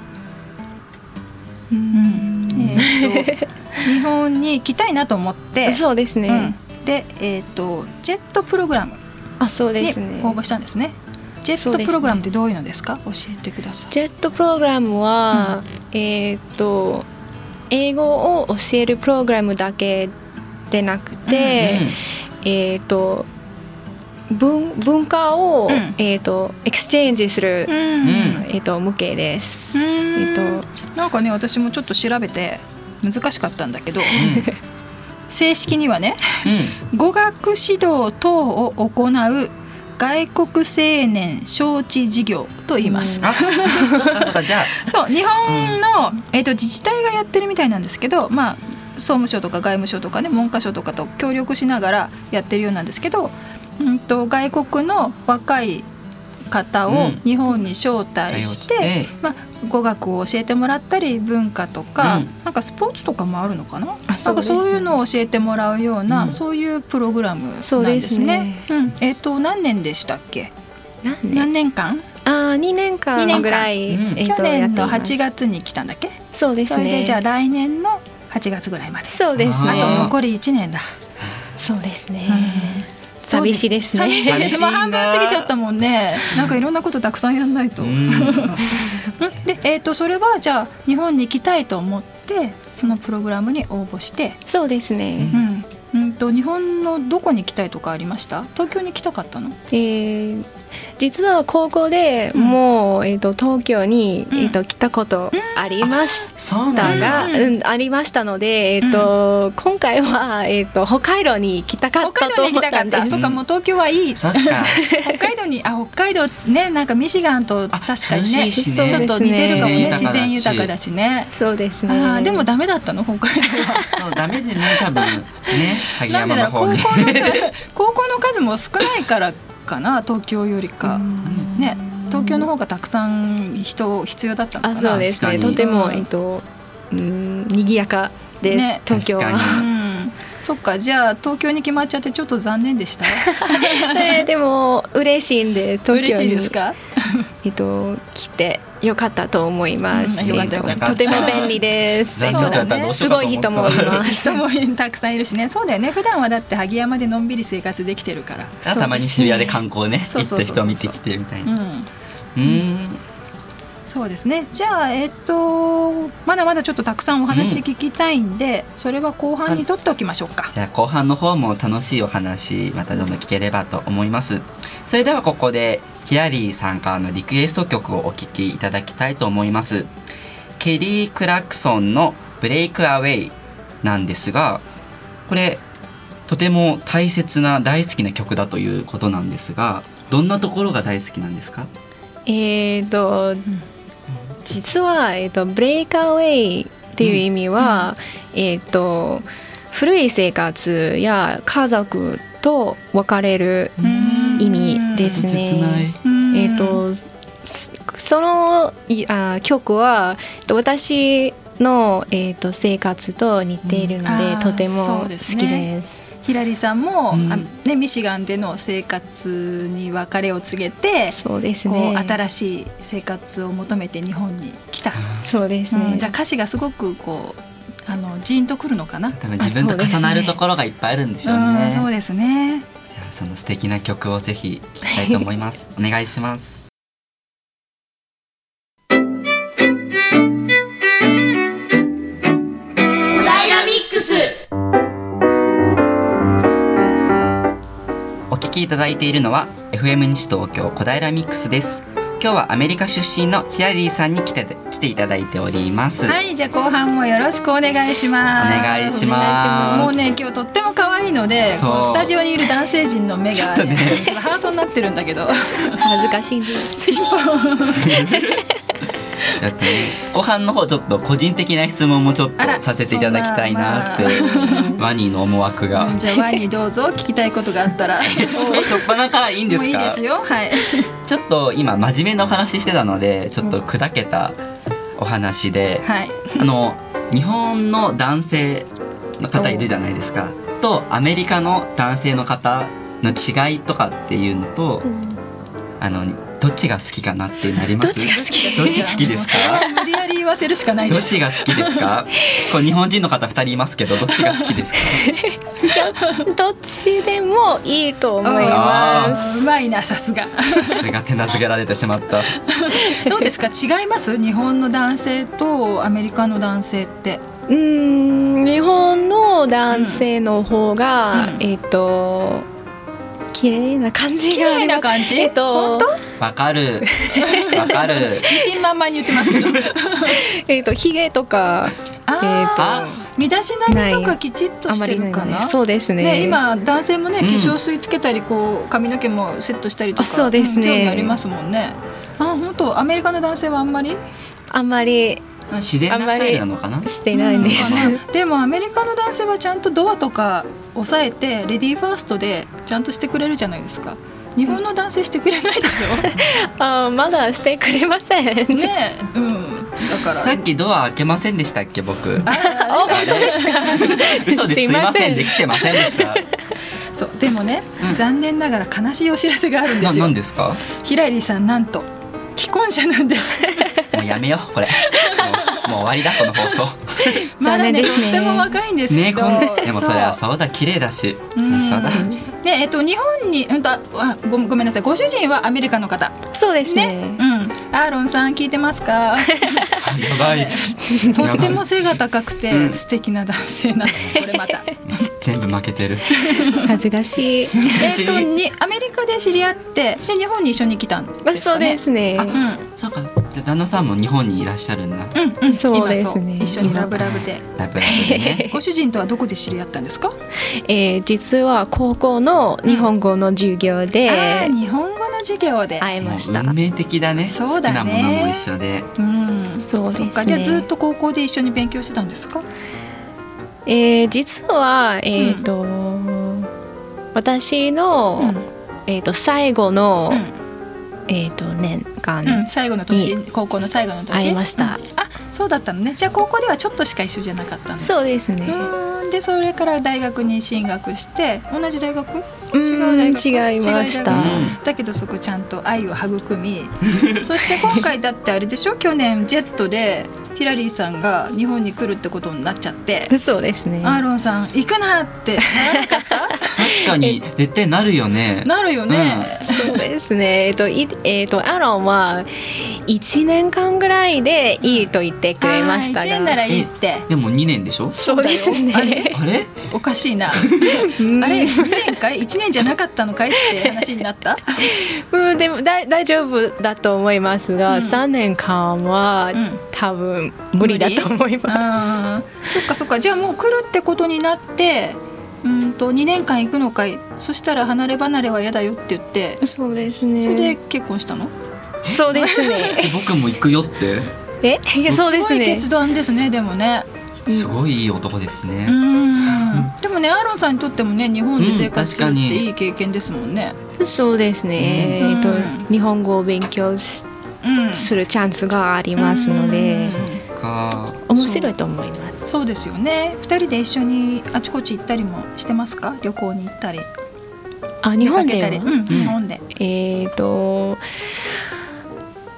S1: う
S6: う
S1: んんえ ー、と日本に来たいなと思って
S6: そうです
S1: う
S6: ね。
S1: ん、で、えー、とジェットプログラム
S6: あそうで
S1: に
S6: すね。
S1: 応募したんですねジェ
S6: そ
S1: ッ
S6: う
S1: ト
S6: ですね
S1: プログラムってどういうのですか教えてください
S6: ジェットプログラムは、えっと英語を教えるプログラムだけでなくて。えっ、と文文化を、
S1: うん
S6: えっ、とエクスチェンジする、
S2: ん
S6: えっ、と無形です。
S1: う
S6: えっ、
S1: ん
S6: と
S1: なんかね私もちょっと調べて難しかったんだけど、
S2: うんうん
S1: 正式にはね
S2: うん
S1: 語学指導等を行う外国青年招致事業と言います、
S2: あ、そうかそうかじゃあ
S1: そう日本の、えっと自治体がやってるみたいなんですけどまあ総務省とか外務省とかね文科省とかと協力しながらやってるようなんですけど、うん、と外国の若い方
S2: う
S1: を
S2: ん
S1: 日本に招待して、
S2: 対応して
S1: まあ、語学を教えてもらったり文化とか、
S2: うん
S1: なんかスポーツとかもあるのかな
S6: あ
S1: な
S6: そ
S1: ん
S6: う
S1: か
S6: ですね
S1: そういうのを教えてもらうような、
S2: うん
S1: そういうプログラムなんです
S6: そう
S1: ね。
S6: ですね
S1: うん、えっ、と何年でしたっけ？
S6: 何年
S1: 何年間？
S6: あ
S1: 二
S6: 二年
S1: 年間
S6: 間ぐらい、
S2: うん
S6: えっ、
S1: 去
S6: とやっ
S1: 年
S6: てい
S1: の
S6: ます
S1: 8。月に来たんだっけ？
S6: そうです
S1: それ
S6: ね。
S1: でじゃあ来年の8月ぐらいまで。
S6: そうです
S1: あ
S6: ね
S1: と。残り1年だ。
S6: そうですね。
S1: うん
S6: 寂しいです
S1: 寂し
S6: ね。
S1: いで
S2: 寂し
S1: す。
S2: いな
S1: もう半分過ぎちゃったもんね。なんかいろんなことたくさんやんないと。うんで、えっ、とそれはじゃあ日本に行きたいと思ってそのプログラムに応募して、
S6: そうですね。
S1: うん、うんと日本のどこに行きたいとかありました？東京に来たかったの？
S6: えー実は高校でもう、えっ、と東京に、
S1: うん
S6: えっ、と来たことありました
S2: そう
S6: だ
S2: なんだ。
S6: が、うんありましたので、えっと今回は、えっと北海道に行きたかっ
S1: 北
S6: た
S1: 海道に行
S6: と思
S1: き
S6: っ
S1: た
S6: た
S1: か
S6: ん
S1: っ
S6: で
S1: た。
S6: す。
S1: そっかもう東京 はいい。
S2: そっか。
S1: 北海道にあ北海道ねなんかミシガンと確かに
S2: 涼し
S1: ね
S2: いし
S1: ち
S2: ね
S1: ょっと似てるかもね
S2: 自
S1: 自然
S2: 然
S1: 豊
S2: 豊
S1: かだ
S2: かだ
S1: しね。
S6: そうです
S1: あ
S6: ね。
S1: ーでもダメだったの北海道は。
S2: そうダメでね多分ね萩
S1: なんで
S2: 山
S1: だ
S2: の
S1: ろう高
S2: 方
S1: 校の
S2: に。
S1: 数 高校の数も少ないからかな東京よりか、ね東京の方がたくさん人必要だったのか
S6: あ
S1: な
S6: そうですね。
S2: 確か
S6: と
S2: に
S6: て
S1: う
S6: も
S1: ん
S6: えっ、とうん賑やかです、
S1: ね
S6: 東京は
S2: 確。か
S1: うんそっかじゃあ東京に決まっちゃってちょっと残念でした
S6: ねでも嬉しいんです。東
S1: 嬉
S6: 京
S1: しい
S6: に
S1: ですか
S6: えっ、と来て良かったと思います。
S1: うんよかったよかった
S6: とても便利です。
S2: 残
S1: 念だった
S6: すごい人もいます
S1: 人。もたくさんいるしねそうだよね普段はだって萩山でのんびり生活できてるから
S2: あたまに渋谷で観光ね
S1: そ
S2: 行
S1: う
S2: っ
S1: そう
S2: た
S1: そうそ
S2: 人
S1: う
S2: 見てきてみたいうな。
S1: ん
S2: うーん
S1: そうですねじゃあえっとまだまだちょっとたくさんお話聞きたいんで、それは後半に取っておきましょうか
S2: じゃあ後半の方も楽しいお話またどんどん聞ければと思いますそれではここでヒラリーさんからのリクエスト曲をお聴きいただきたいと思いますケリー・クラクソンの「ブレイクアウェイ」なんですがこれとても大切な大好きな曲だということなんですがどんなところが大好きなんですか
S6: えーと、実は、えー、とブレイクアウェイっていう意味は、えー、と古い生活や家族と別れる意味ですね。
S2: 切ない
S1: うん
S6: えー、とすそのいあ曲はえっと私の、えー、と生活と似ているので、
S1: うんあー
S6: とても
S1: そ
S6: 好
S1: う
S6: きで
S1: ですね
S6: す。
S1: ひらりさんも、
S2: うん
S1: あね、ミシガンでの生活に別れを告げて
S6: そうです
S1: こ
S6: ね。
S1: う新しい生活を求めて日本に来た、
S6: そうですね。
S1: うんじゃあ歌詞がすごくこうあのジーンとくるのかな
S2: 多分自分と重なるところがいっぱいあるんでしょうね
S1: うん、そうですね
S2: じゃあその素敵な曲をぜひ聴きたいと思います お願いします
S3: 小平ミックス
S2: お聞きいただいているのは FM 西東京小平ミックスです今日はアメリカ出身のヒラリーさんに来て来ていただいております、
S1: はいじゃあ後半もよろしくお願いします
S2: お願いします
S1: もうね今日とっても可愛いので
S2: そう
S1: こうスタジオにいる男性陣の目が、ね
S2: ち
S1: ハートになってるんだけど
S6: 恥ずかしいです。
S2: だってね後半の方ちょっと個人的な質問もちょっと
S1: あら
S2: させていただきたいなって
S1: そ
S2: ワニーの思惑が
S1: じゃあワイにどうぞ聞きたいことがあったら
S2: え初っ端からいいんです
S1: もういい
S2: か
S1: ですよはい
S2: ちょっと今真面目なお話してたのでちょっと砕けたお話で、
S1: はい
S2: あの日本の男性の方いるじゃないですかとアメリカの男性の方の違いとかっていうのと、あのどっちが好きかなってなります
S6: どっちが好 き
S2: どっち好きですか
S1: 無理やり言わせるしかない
S2: ど
S1: で
S2: っ
S1: す
S2: ちが好きですかこう日本人の方二人いますけどどっちが好きですか
S6: どっちでもいいと思います。
S1: うまいなさすが
S2: さすが手なずけられてしまった
S1: どうですか違います日本の男性とアメリカの男性って
S6: うーん、日本の男性の方が、
S1: うん
S6: えっ、と綺麗な感じ
S1: 綺
S6: があ
S1: 麗
S6: ります
S1: な感じ、
S6: えっ、と
S2: わかるわかる
S1: 自信満々に言ってますけど
S6: えっ、とヒゲとか
S1: あ
S2: あ
S1: ー身だしなみとかきちっと
S6: あ
S1: し
S6: ま
S1: て
S6: りない
S1: るかな
S6: ね。そうですね。
S1: ね、今男性もね
S2: う
S1: 化
S2: ん
S1: 粧水つけたりこう髪の毛もセットしたりとか
S6: あそうですね
S1: ん興味ありますもんねあ本当アメリカの男性はあんまり
S6: あんまり
S2: 自然なスタイルなのかな
S6: してないで
S2: そ
S6: す。
S2: うか
S1: でもアメリカの男性はちゃんとドアとか押さえてレディーファーストでちゃんとしてくれるじゃないですか日本の男性してくれないでし
S6: あまだしてくれません。
S1: ょねえうんだから
S2: さっきドア開けませんでしたっけ僕
S1: あ
S6: あ本当ですか。
S2: 嘘ですすいませんできてませんでした
S1: そうでもね、
S2: うん
S1: 残念ながら悲しいお知らせがあるんで
S2: な
S1: す
S2: な
S1: よ
S2: んですか
S1: ひらりさんなんと既婚者なんです
S2: もうやめようこれもうもう終わりだこの放送
S1: まだ
S6: 残念
S1: ね
S6: で
S1: とっ
S6: すね
S1: ても若いんですけ
S2: ね
S1: ど、
S2: こんでもそれは
S1: そ
S2: そうだ綺麗だし
S1: う
S2: そ
S1: ん
S2: うだ
S1: うねえっと日本にうんとああごごめんなさいご主人はアメリカの方
S6: そうですね。
S1: うんアーロンさん聞いてます か
S2: やばい
S1: とっても背が高く
S2: う
S1: て
S2: ん
S1: 素敵な男性 なのこれまた
S2: 全部負けてる
S6: 恥ずかしい。
S1: えっとにアメリカで知り合ってで日本に一緒に来たんですか、
S6: まあ
S1: ね、
S6: そうですね
S1: あ。
S2: そうかじゃあ旦那さんも日本にいらっしゃるんだ
S1: うんうんうん
S6: そうですね
S1: 今そう一緒にラブラブで
S2: ラブラブ でね
S1: ご主人とはどこで知り合ったんですか
S6: えー実は高校の日本語の授業
S1: あ
S6: で
S1: ー日本語の授業で、
S6: 会え
S2: も
S6: ました
S2: う。運命的だね
S1: そうだね
S2: 好きなものも一緒で
S1: うん
S6: そうです
S1: そっ
S6: ね。
S1: かじゃあずっと高校で一緒に勉強してたんですか
S6: えー実はえっ、と、私の、えっ、と最後の、
S1: う
S6: えっ、と年間、
S1: んうん、最後の年高校の最後の年
S6: 会いました
S1: うんあそうだったのねじゃあ高校ではちょっとしか一緒じゃなかったんです
S6: そうですね。
S1: うーんでそれから大学に進学して同じ大学違う大学
S6: 違いました
S1: 違う大学だけどそこちゃんと愛を育 みそして今回だってあれでしょ去年ジェットでヒラリーさんが日本に来るってことになっちゃって
S6: そうですね
S1: アーロンさん行くな ってならなかっ
S7: 確かに絶対なるよね
S1: たなるよね、
S6: そうですね。えっと、いえっと、アロンは1年間ぐらいでいいと言ってくれました
S1: あー一円な
S6: が。
S1: らいいって
S7: でも2年でしょ
S6: そうですね。
S7: あれ
S1: おかしいな
S6: うん
S1: あれ2年かい1年じゃなかったのかいって話にな った
S6: うん、でもだい大丈夫だと思いますが、
S1: うん
S6: 3年間は、
S1: うん
S6: 多分無理だと思います。
S1: す。そっかそっかじゃあもう来るってことになってうんと2年間行くのかいそしたら離れ離れは嫌だよって言って
S6: そうですね。
S1: それで結婚したの、
S6: そうです ね。
S7: え僕も行くよって
S6: え、いやそうです
S1: ごい
S6: ね。
S1: 決断ですねでもね
S7: すごいいい男ですね、
S1: うんでもねアーロンさんにとってもね日本で生活するっ
S7: うん確か
S1: て
S7: に
S1: いい経験ですもんね
S6: そうですね。
S1: うん
S6: えっと
S1: うん、
S6: 日本語を勉強し
S1: うん
S6: するチャンスがありますので、
S1: うん
S7: か
S6: 面白いと思います。
S1: そうですよね二人で一緒にあちこち行ったりもしてますか旅行に行ったり
S6: あ、日本
S1: 出
S6: で
S1: か
S6: は
S1: けたり、うん、日本で
S6: えっ、と、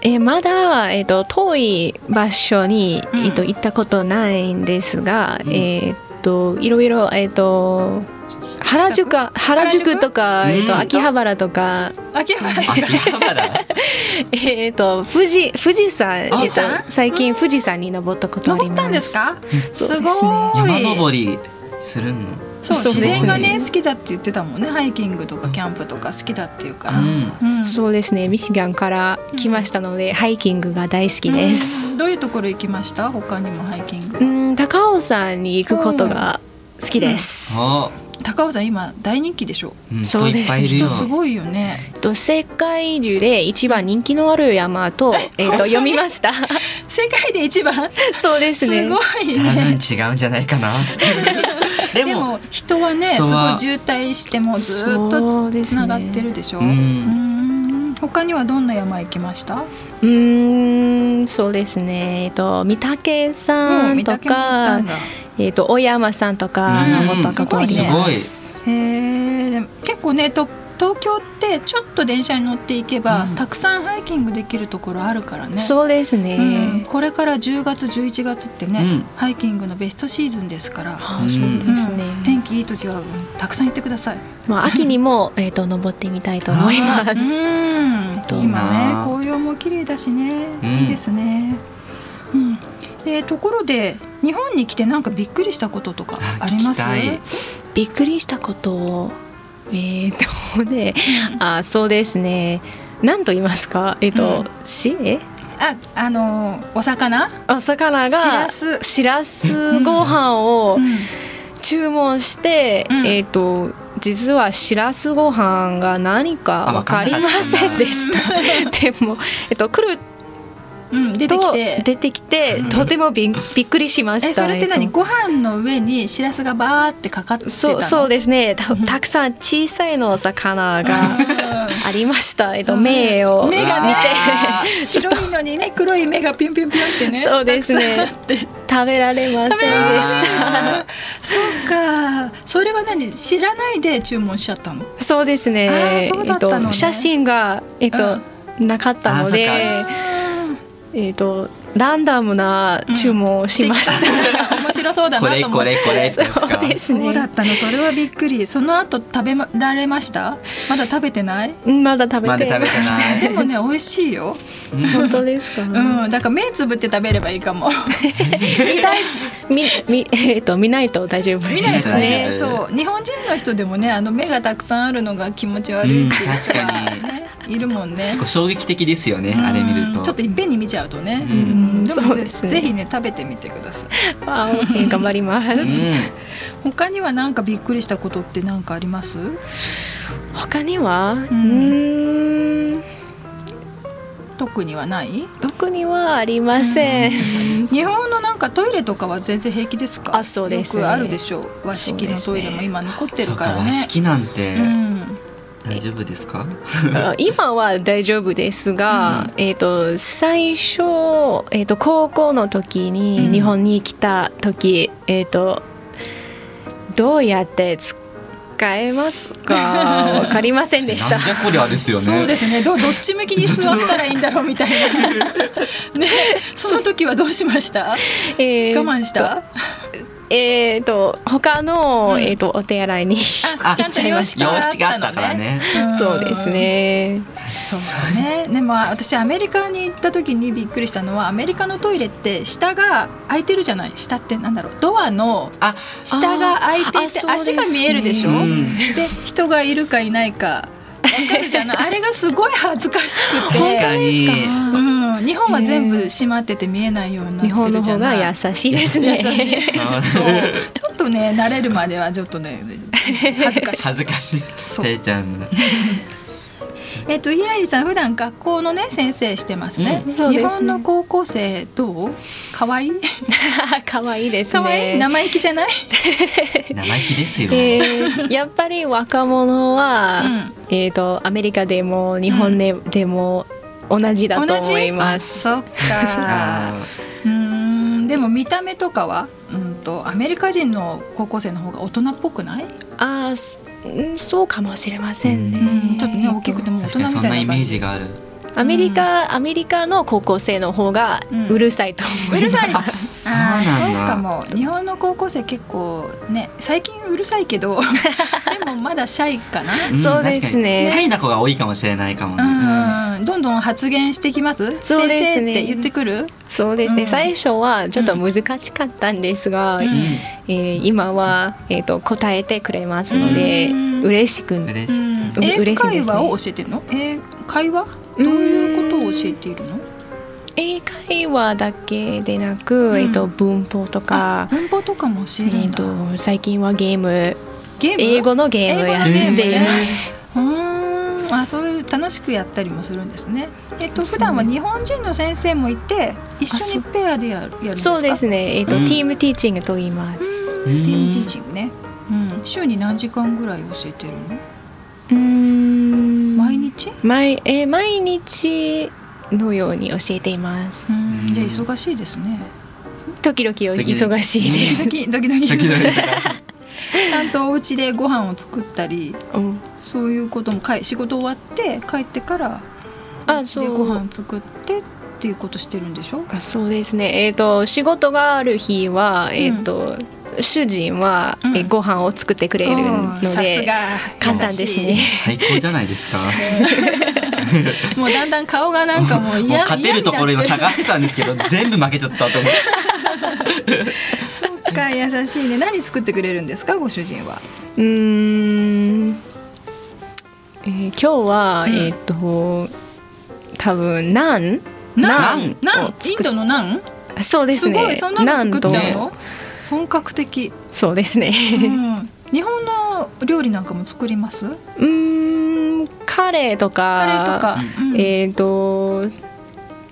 S6: えーまだ、えー、と遠い場所に、
S1: うん
S6: えー、と行ったことないんですが、
S7: ん
S6: えっ、といろいろえっ、と原宿か原宿とか、
S7: 原宿
S6: えー、と
S7: うん
S6: 秋葉原とか、
S1: 秋葉原
S7: 秋葉 原
S6: えー、と富士富士山
S1: 富士山
S6: えーと最近富士山に登ったことあり
S1: 登
S6: ます。
S1: ったんですか
S6: そうですすね
S1: ご
S7: 山
S1: い
S7: 登りするの
S1: そう
S6: そう
S1: 自
S6: ですね
S1: 然がね好きだって言ってたもんねハイキングとかキャンプとか好きだっていうから、
S7: うん
S1: うん
S6: そうですねミシガンから来ましたので、ハイキングが大好きです。
S1: うんどういうところ行きました他にもハイキング、
S6: うん、高尾山に行くことが好きです。
S7: あ、
S1: 高尾山今大人気でしょ
S7: うん、
S6: そ
S7: 人
S6: うで
S7: いっ
S6: す
S7: ぱ
S6: ね
S7: いいるよ
S1: 人すごいよね
S6: えっと世界中で一番人気のある山 と、えっと読みました。
S1: 世界で一番
S6: そうです
S1: す
S6: ね。
S1: ごい
S7: 多分
S1: ね
S7: 違うんじゃないか なで
S1: で
S7: も
S1: も人はね
S7: 人は
S1: すごい渋滞してもうずーっと
S6: そうで
S1: つ
S6: す
S1: つ
S6: ね
S1: ながってるでしょ
S7: うん
S1: うん他にはどんな山行きました
S6: うーん、そうですね。えっと御嶽さん
S1: 見
S6: と
S1: たけも行った
S6: か、
S1: んだ
S6: えっと小山さんとか
S7: うん
S6: 登ったことあります。
S7: す
S1: へえでも結構ねと東京ってちょっと電車に乗っていけば、
S7: うん
S1: たくさんハイキングできるところあるからね
S6: そうですね。
S1: うんこれから10月11月ってね、
S7: うん
S1: ハイキングのベストシーズンですから、
S6: あそうですね。
S1: うん天気いい時は、うんたくさん行ってください
S6: まあ秋にもえっと登ってみたいと思います。
S1: う
S7: ど
S1: ん
S7: うな
S1: 今ね紅葉も綺麗だしね、
S7: うん
S1: いいですね、うん、でところで日本に来てなんかびっくりしたこととかあります
S7: あ聞きたい
S6: びっくりしたことをえっ、とね、あそうですね。なんと言いますか、えっ、と、しえ
S1: ああのーお魚、
S6: お魚が
S1: しらす
S6: しらすご飯を
S1: うん
S6: 注文して、
S1: うん
S6: えっ、と実はしらすご飯が何か
S7: あ
S6: 分かりませんでした。 でもえっ、と来る
S1: うん、出てき
S6: と
S1: て
S6: 出てきてとてもびんびっくりしま
S1: え
S6: し
S1: そ
S6: た。
S1: れって
S6: え
S1: 何
S6: っと
S1: ご飯の上にしらすがバーってかかってたの
S6: そうそう
S1: で
S6: ですねたたくさん小さいのお魚がありました、えっと、目を見
S1: 目
S6: て
S1: がね
S6: ちょっ
S1: 白いのにね黒い目がピュンピュンピュンって
S6: と
S1: ね
S6: そうで すね食べられませんでした
S1: そうかそれは何知らないで注文しちゃったの
S6: そうですね。
S1: あーそうだったのね
S6: えっと、写真が、えっと、なかったので、えっと、ランダムな注文をしました。
S1: なんか 面白そうだ
S7: こ
S1: な
S7: れ
S1: と思
S7: こ
S1: っ
S7: れ
S1: て
S7: これってやつ
S6: そう
S7: か
S6: です
S1: そうだ
S6: ね
S1: っ。たのそれはびっくりその後食べられましたまだ食べてない
S6: うんまだ食
S7: まで
S6: べて
S7: 食べてな
S1: で
S7: い
S1: もね美味しいよ
S6: 本当ですか。
S1: うんだから目つぶって食べればいいかも
S6: 見ない、見、見、えっと、見ないと大丈夫。
S1: 見ないです
S7: 見
S1: ね
S7: ないですね
S1: そう日本人の人でもねあの目がたくさんあるのが気持ち悪いっていう人が、ねいるもんね
S7: こう衝撃的ですよねあれ見る
S1: う
S7: と
S1: んちょっといっぺんに見ちゃうとね、
S7: う
S6: うんん、
S1: で
S6: そ
S1: も
S6: う
S1: ぜ
S6: ですね。
S1: ぜひね食べてみてください
S6: あー、OK 頑張ります。
S7: う
S1: 他には何かびっくりしたことって何かあります
S6: 他には、うーん、
S1: 特にはない
S6: 特にはありません。
S1: 日本のなんかトイレとかは全然平気ですか
S6: あそうです
S1: よくあるでしょう和式のトイレも今残って
S7: ん、そ
S1: る
S7: う
S1: か
S7: から和
S1: ね
S7: 式なんて
S1: うん
S7: 大丈夫ですか、
S6: あ 今は大丈夫ですが、えっと最初、えっと高校の時に
S1: うん
S6: 日本に来た時、えっとどうやって使使えます かわかりませんでし
S7: な
S6: た
S7: んじゃこりゃですよね。
S1: そうですねどどっち向きに座ったらいいんだろうみたい なねその時はどうしました
S6: え
S1: 我
S6: ー
S1: 慢した
S6: えー、と他の、えー、とお手洗いに
S1: あちゃんと様式
S7: 様
S1: があったのね
S7: 式があったからね。
S1: ん
S6: そうですね
S1: そうだねでも私アメリカに行った時にびっくりしたのはアメリカのトイレって下が開いてるじゃない下ってなんだろうドアの
S2: あ
S1: 下が開いていて
S6: あーあ
S1: 足が見えるでしょ、
S6: そう
S2: うん
S1: で人がいるかいないか分かるじゃ ないあれがすごい恥ずかしくて
S2: 確かに
S1: うん、日本は全部閉まってて見えないようになって
S6: 日本
S1: る
S6: の
S1: じゃ
S6: 方
S1: な
S6: が
S1: い
S6: 優しいですね
S1: 優しい
S7: あ
S1: そうちょっとね慣れるまではちょっとね恥ずかしい
S7: 恥ずかしい。
S1: う
S7: ていちゃんの。
S1: えっとひらりさん普段学校のね先生してますね,、
S6: うんそうですね
S1: 日本の高校生どう可愛い
S6: 可愛いですね
S1: 可愛い 生意気じゃない、
S7: 生意気ですよ。
S6: えー やっぱり若者は、えー、とアメリカでも日本ででも同じだと思います。
S1: 同じそっか
S7: あ
S1: うーんでも見た目とかはうんとアメリカ人の高校生の方が大人っぽくない、
S6: ああそうんそうかもしれませんね。
S1: うんちょっとね大きくても
S7: ー
S1: 大
S7: 確
S1: 人
S7: かにそ
S1: み
S7: んな
S1: た
S7: イ
S1: い
S7: メー
S1: な感じ
S7: ジがある。
S6: アメリカ、アメリカの高校生の方が
S1: うん
S6: うるさいと思います。
S1: さいあ
S7: そうなんだ
S1: ーそうかも日本の高校生結構ね最近うるさいけ どでもまだシャイかな
S7: うん
S6: そうですね
S7: 確かにシャイな子が多いかもしれないかもね。
S1: うんどんどん発言してきます
S6: そうです
S1: 先
S6: ね
S1: 生って言ってくる
S6: そうですね、
S1: うん
S6: 最初はちょっと難しかったんですが、
S1: うん
S6: えー今は、えー、と答えてくれますので、
S1: うん
S6: 嬉しく
S7: 嬉
S1: う
S7: しい。
S1: ん
S6: う
S1: 英
S6: 嬉しい
S1: 会
S6: ですね
S1: 話を教えてるの英会話どういうことを教えているの
S6: 英会話だけでなく、
S1: うん
S6: えー、と文法と
S1: あ
S6: か、
S1: 文法とかも教える
S6: え
S1: ん
S6: ー、
S1: だ
S6: と最近はゲーム
S1: ゲーム
S6: 英語のゲームをやっ
S1: 英語のゲ
S6: てい
S1: ームね
S6: ます。
S1: うーんあそういう楽しくやったりもするんですね。えっと
S6: そう
S1: 普段は日本人の先生もいて一緒にペアでやるやるんですか。
S6: そうですね、えっ、と、
S7: うん
S6: ティームティーチングと言います。
S1: うーん。ティームティーチングね。うん週に何時間ぐらい教えてるの？
S6: うーん
S1: 毎日？う
S6: 毎えー毎日のように教えています。
S1: ーんじゃあ忙しいです ね。
S6: 時々忙しいです。
S1: 時々々
S7: 時々忙しい
S1: ちゃんとお家でご飯を作ったり
S6: うん
S1: そういうこともかい仕事終わって帰ってからお
S6: あ
S1: 家で
S6: そう
S1: ご飯を作ってっていうことしてるんでしょ？
S6: あそうですね。えっ、と仕事がある日はえっ、と、主人は、えー
S1: うん
S6: ご飯を作ってくれる
S1: お
S6: の
S1: ー
S6: で
S1: さすが
S6: 簡単ですね。
S7: 最高じゃないですか。
S1: もうだんだん顔がなんかもう
S7: もう
S1: 嫌
S7: 勝てるところ今探してたんですけど、全部負けちゃったと思って。
S1: そっか優しいね何作ってくれるんですかご主人は
S6: うーん。えー今日は、
S1: うん
S6: えっ、と多分ナン
S1: ナン
S6: ナン
S1: ナ
S6: を
S1: ン
S6: 作っ
S1: インドのナン
S6: そうです
S1: す
S6: ね。
S1: ごいそんなの作っちゃう
S6: ナンと
S1: の、本格 的、
S6: そうです
S1: う
S6: ね。
S1: ん、日本の料理なんかも作ります
S6: うーんカレーとか
S1: カレーとか、うん
S6: えっ、と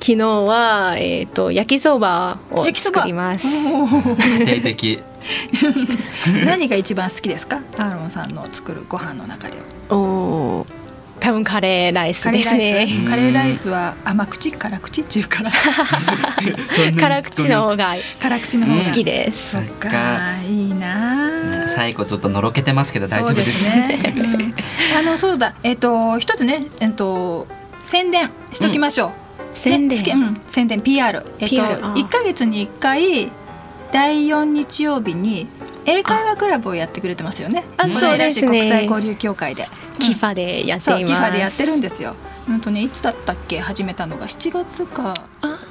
S6: 昨日はえっ、と焼きそばを
S1: 焼きそば
S6: 作ります。
S1: おー
S7: 家庭的。
S1: 何が一番好きですかアーロンさんの作るご飯の中では
S6: おー多分カレーライス
S1: カレ
S6: で
S1: ー
S6: す
S1: ライ
S6: ね。
S1: スカレーライスは甘口辛口中 辛
S6: 辛口の方が
S1: 辛口の方が
S6: 好き
S1: で
S6: です。
S1: そっかいいなあ
S7: 最後ちょっとのろけてますけど大丈夫です
S1: そうですね。うんあのそうだ、えっ、と一つね、えっ、と宣伝しときましょう。ね
S6: 宣伝
S1: つけうん、宣伝 PR。えっ、
S6: PR あ
S1: と一ヶ月に一回第四日曜日に英会話クラブをやってくれてますよね。
S6: あ
S1: ボ
S6: そ
S1: ラ
S6: う
S1: イラ
S6: で
S1: 市
S6: す
S1: 国際
S6: ね。
S1: 交流協会で。うん
S6: キファでやって
S1: そう
S6: います。
S1: ギファでやってるんですよ。うんとねいつだったっけ始めたのが7月か。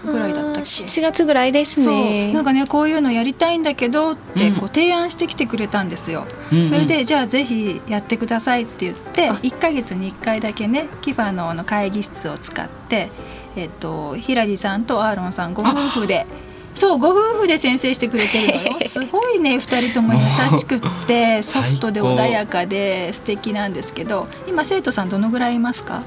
S1: ぐらいだったっけ
S6: あー7月ぐらいです
S1: そう
S6: ね。
S1: なんかねこういうのやりたいんだけどって
S7: うん
S1: こう提案してきてくれたんですよ。
S7: うんうん
S1: それでじゃあぜひやってくださいって言って
S6: あ
S1: 1ヶ月に1回だけねキファのあの会議室を使って、えっと、ヒラリさんとアーロンさんご夫婦で。そうご夫婦で先生してくれてるのよすごいね2人とも優しくってソフトで
S7: 最高
S1: 穏やかで素敵なんですけど今生徒さんどのぐらいいますか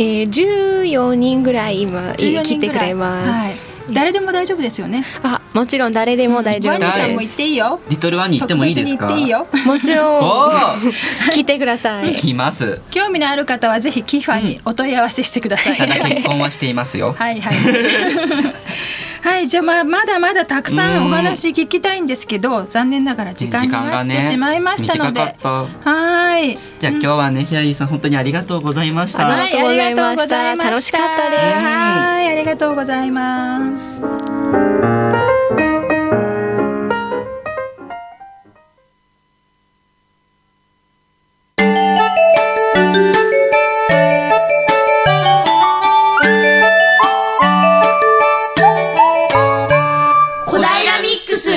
S6: えー、14人ぐらい今
S1: 14
S6: 来てくれます。
S1: はい、誰でも大丈夫ですよね
S6: あもちろん誰でも大丈
S1: ワ
S6: 夫
S1: ニ
S6: で
S1: さんも行っ
S6: す。
S1: ていいよ
S7: リトルワンに行ってもいいですか
S1: 特別に行っていいよ
S6: もち
S7: お
S6: ろん
S7: ー
S6: 来てください。
S7: 来ます
S1: 興味のある方はぜひ キファにお問い合わせしてください、
S7: ただ結婚はしていますよ
S1: はいはい。 はいじゃあまあまだまだたくさ
S2: うんん
S1: お話聞きたいんですけど残念ながら時間に
S2: 時間
S1: な
S2: が
S1: っ
S2: ね
S1: てしまいましたので、
S2: 短かった
S1: はーい
S2: じゃあ今日はね、ヒラリーさん本当にありがとうございました。
S6: は
S1: はいありがとうございました
S6: 楽しかったです
S1: はいありがとうございます
S3: 小平ミックス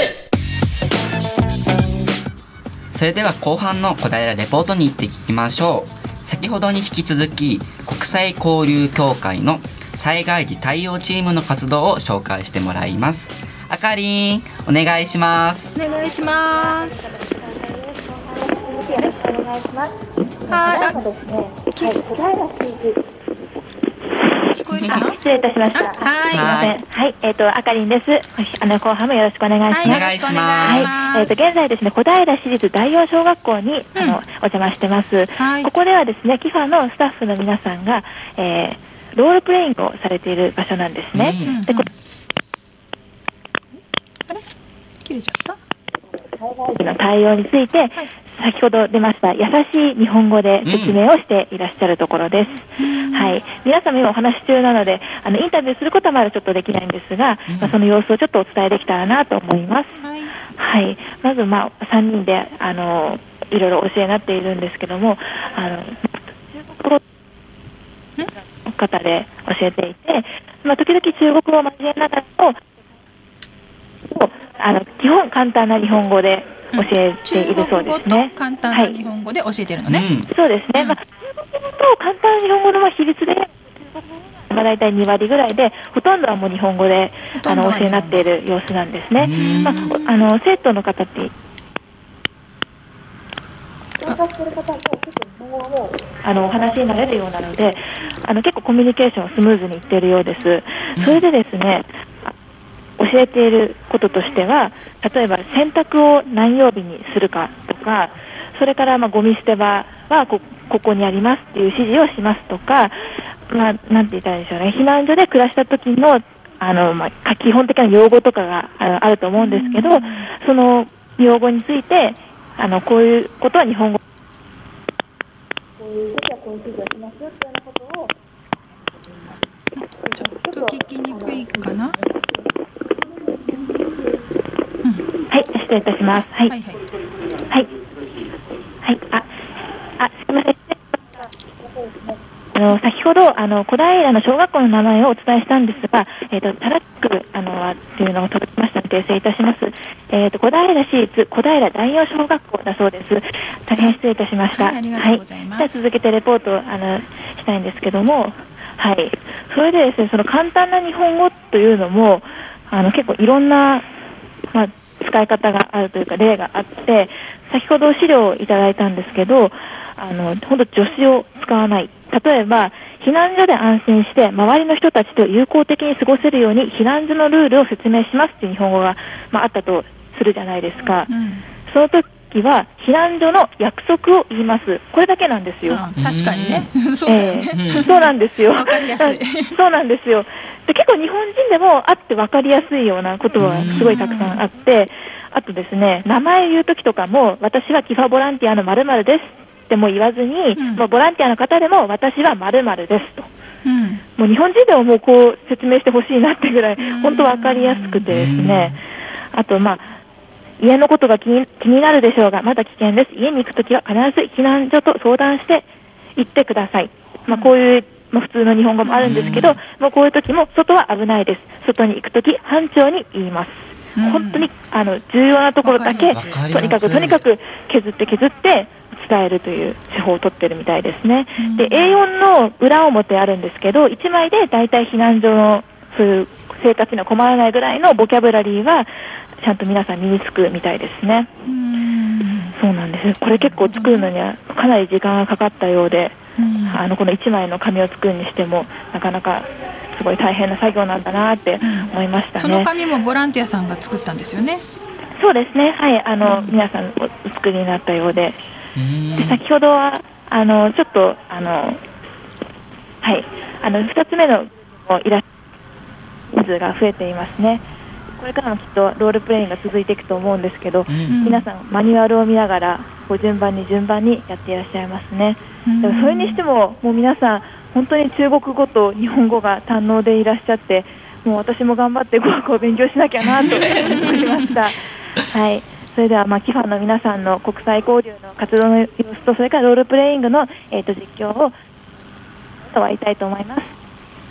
S2: それでは後半の小平レポートに行っていきましょう先ほどに引き続き国際交流協会の災害時対応チームの活動を紹介してもらいますあかりんお願いします
S1: お願いしますはいあ聞こえたの
S4: 失礼いたしました。
S1: あは
S2: はい
S4: はい、えっ、と、あかりんです。あの、後半もよろしくお願いします。
S1: いはいよろしくお願いします
S4: はい、えっ、と現在ですね、小平市立大陽小学校に、あ
S1: う
S4: の
S1: ん
S4: お邪魔してます。
S1: はい
S4: ここではですね、キファのスタッフの皆さんが、えーロールプレイングをされている場所なんですね。
S2: うん
S4: でこ
S1: 切れちゃった
S4: の時の対応について、先ほど出ました優しい日本語で説明をしていらっしゃるところです。はい、皆様今お話し中なので、あのインタビューすることはまだちょっとできないんですが、まあその様子をちょっとお伝えできたらなと思います。
S1: はい
S4: はい、まず、まあ、3人であのいろいろ教えになっているんですけどもあの中国語の方で教えていて、まあ、時々中国語を交えながらもあの基本簡単な日本語で教えてい
S1: 中
S4: るそう
S1: 国
S4: で
S1: 語
S4: す
S1: と
S4: ね。
S1: 簡単な日本語で教えてるのね、
S2: うん
S4: そうですね、まあ、中国語と簡単な日本語のまあ比率で、まあ、大体2割ぐらいで、ほとんどはもう日本語で
S1: ほと
S4: あ
S1: んどは
S4: の
S1: 日本語
S4: 教えになっている様子なんですね。
S2: うん
S4: まあ、おあの生徒の方ってあのお話になれるようなのであの結構コミュニケーションをスムーズにいっているようです。それでですね教えていることとしては例えば洗濯を何曜日にするかとかそれからまあゴミ捨て場はこここにありますっていう指示をしますとか、まあ、なんて言ったらいいんでしょうね避難所で暮らした時のあの、まあ、基本的な用語とかがあのあると思うんですけどその用語についてあのこういうことは日本語
S1: ちょっと聞きにくいかな
S4: はい失礼いたします。はい、
S1: はいはい
S4: はい。はい。あ、あ、すみません。あの先ほどあの小平の小学校の名前をお伝えしたんですが、えっ、と正しくあのはというのが届きましたので訂正いたします。えっ、と小平市立小平第四小学校だそうです。大変失礼いたしました。
S1: はいありがとうございます
S4: はじゃあ続けてレポートをあのしたいんですけども、はい。それでですねその簡単な日本語というのもあの結構いろんなまあ、使い方があるというか例があって先ほど資料をいただいたんですけどあの本当助詞を使わない例えば避難所で安心して周りの人たちと友好的に過ごせるように避難所のルールを説明しますという日本語が、まあ、あったとするじゃないですか、
S1: うん
S4: その時は避難所の約束を言いますこれだけなんですよ
S1: あ確かにねそうだよね、
S4: ええそうなんですよ。
S1: わかりやすい
S4: そうなんですよ。で結構日本人でもあってわかりやすいようなことはすごいたくさんあって、あとですね、名前言う時とかも、私はキファボランティアの〇〇ですっても言わずに、
S1: ん
S4: まあボランティアの方でも私は〇〇ですと。
S1: うん
S4: もう日本人でももうこう説明してほしいなってぐらい、本当わかりやすくてですね、あと、まあ、家のことが気に気になるでしょうが、まだ危険です、家に行くときは必ず避難所と相談して行ってください、まあ、こういう、まあ、普通の日本語もあるんですけど、もうこういうときも、外は危ないです、外に行くとき、班長に言います。本当にあの重要なところだけ
S1: わ
S2: かります
S4: とにかくとにかく削って削って伝えるという手法を取ってるみたいですね、で A4 の裏表あるんですけど1枚で大体避難所のそういう生活には困らないぐらいのボキャブラリーはちゃんと皆さん身につくみたいですねそうなんですこれ結構作るのにはかなり時間がかかったようであのこの1枚の紙を作るにしてもなかなかすごい大変な作業なんだなって思いましたね、
S1: その紙もボランティアさんが作ったんですよね
S4: そうですね、はい、あの、皆さんおお作りになったようで、で先ほどはあのちょっとあのはいあの二つ目のおいらっ人数が増えていますね。これからもきっとロールプレイングが続いていくと思うんですけど、
S2: うん
S4: 皆さんマニュアルを見ながらこう順番に順番にやっていらっしゃいますね。でもそれにしてももう皆さん本当に中国語と日本語が堪能でいらっしゃってもう私も頑張って語学を勉強しなきゃなと思い ました。はいそれでは、まあ、キファの皆さんの国際交流の活動の様子とそれからロールプレイングの、えー、と実況を終わりたいと思います。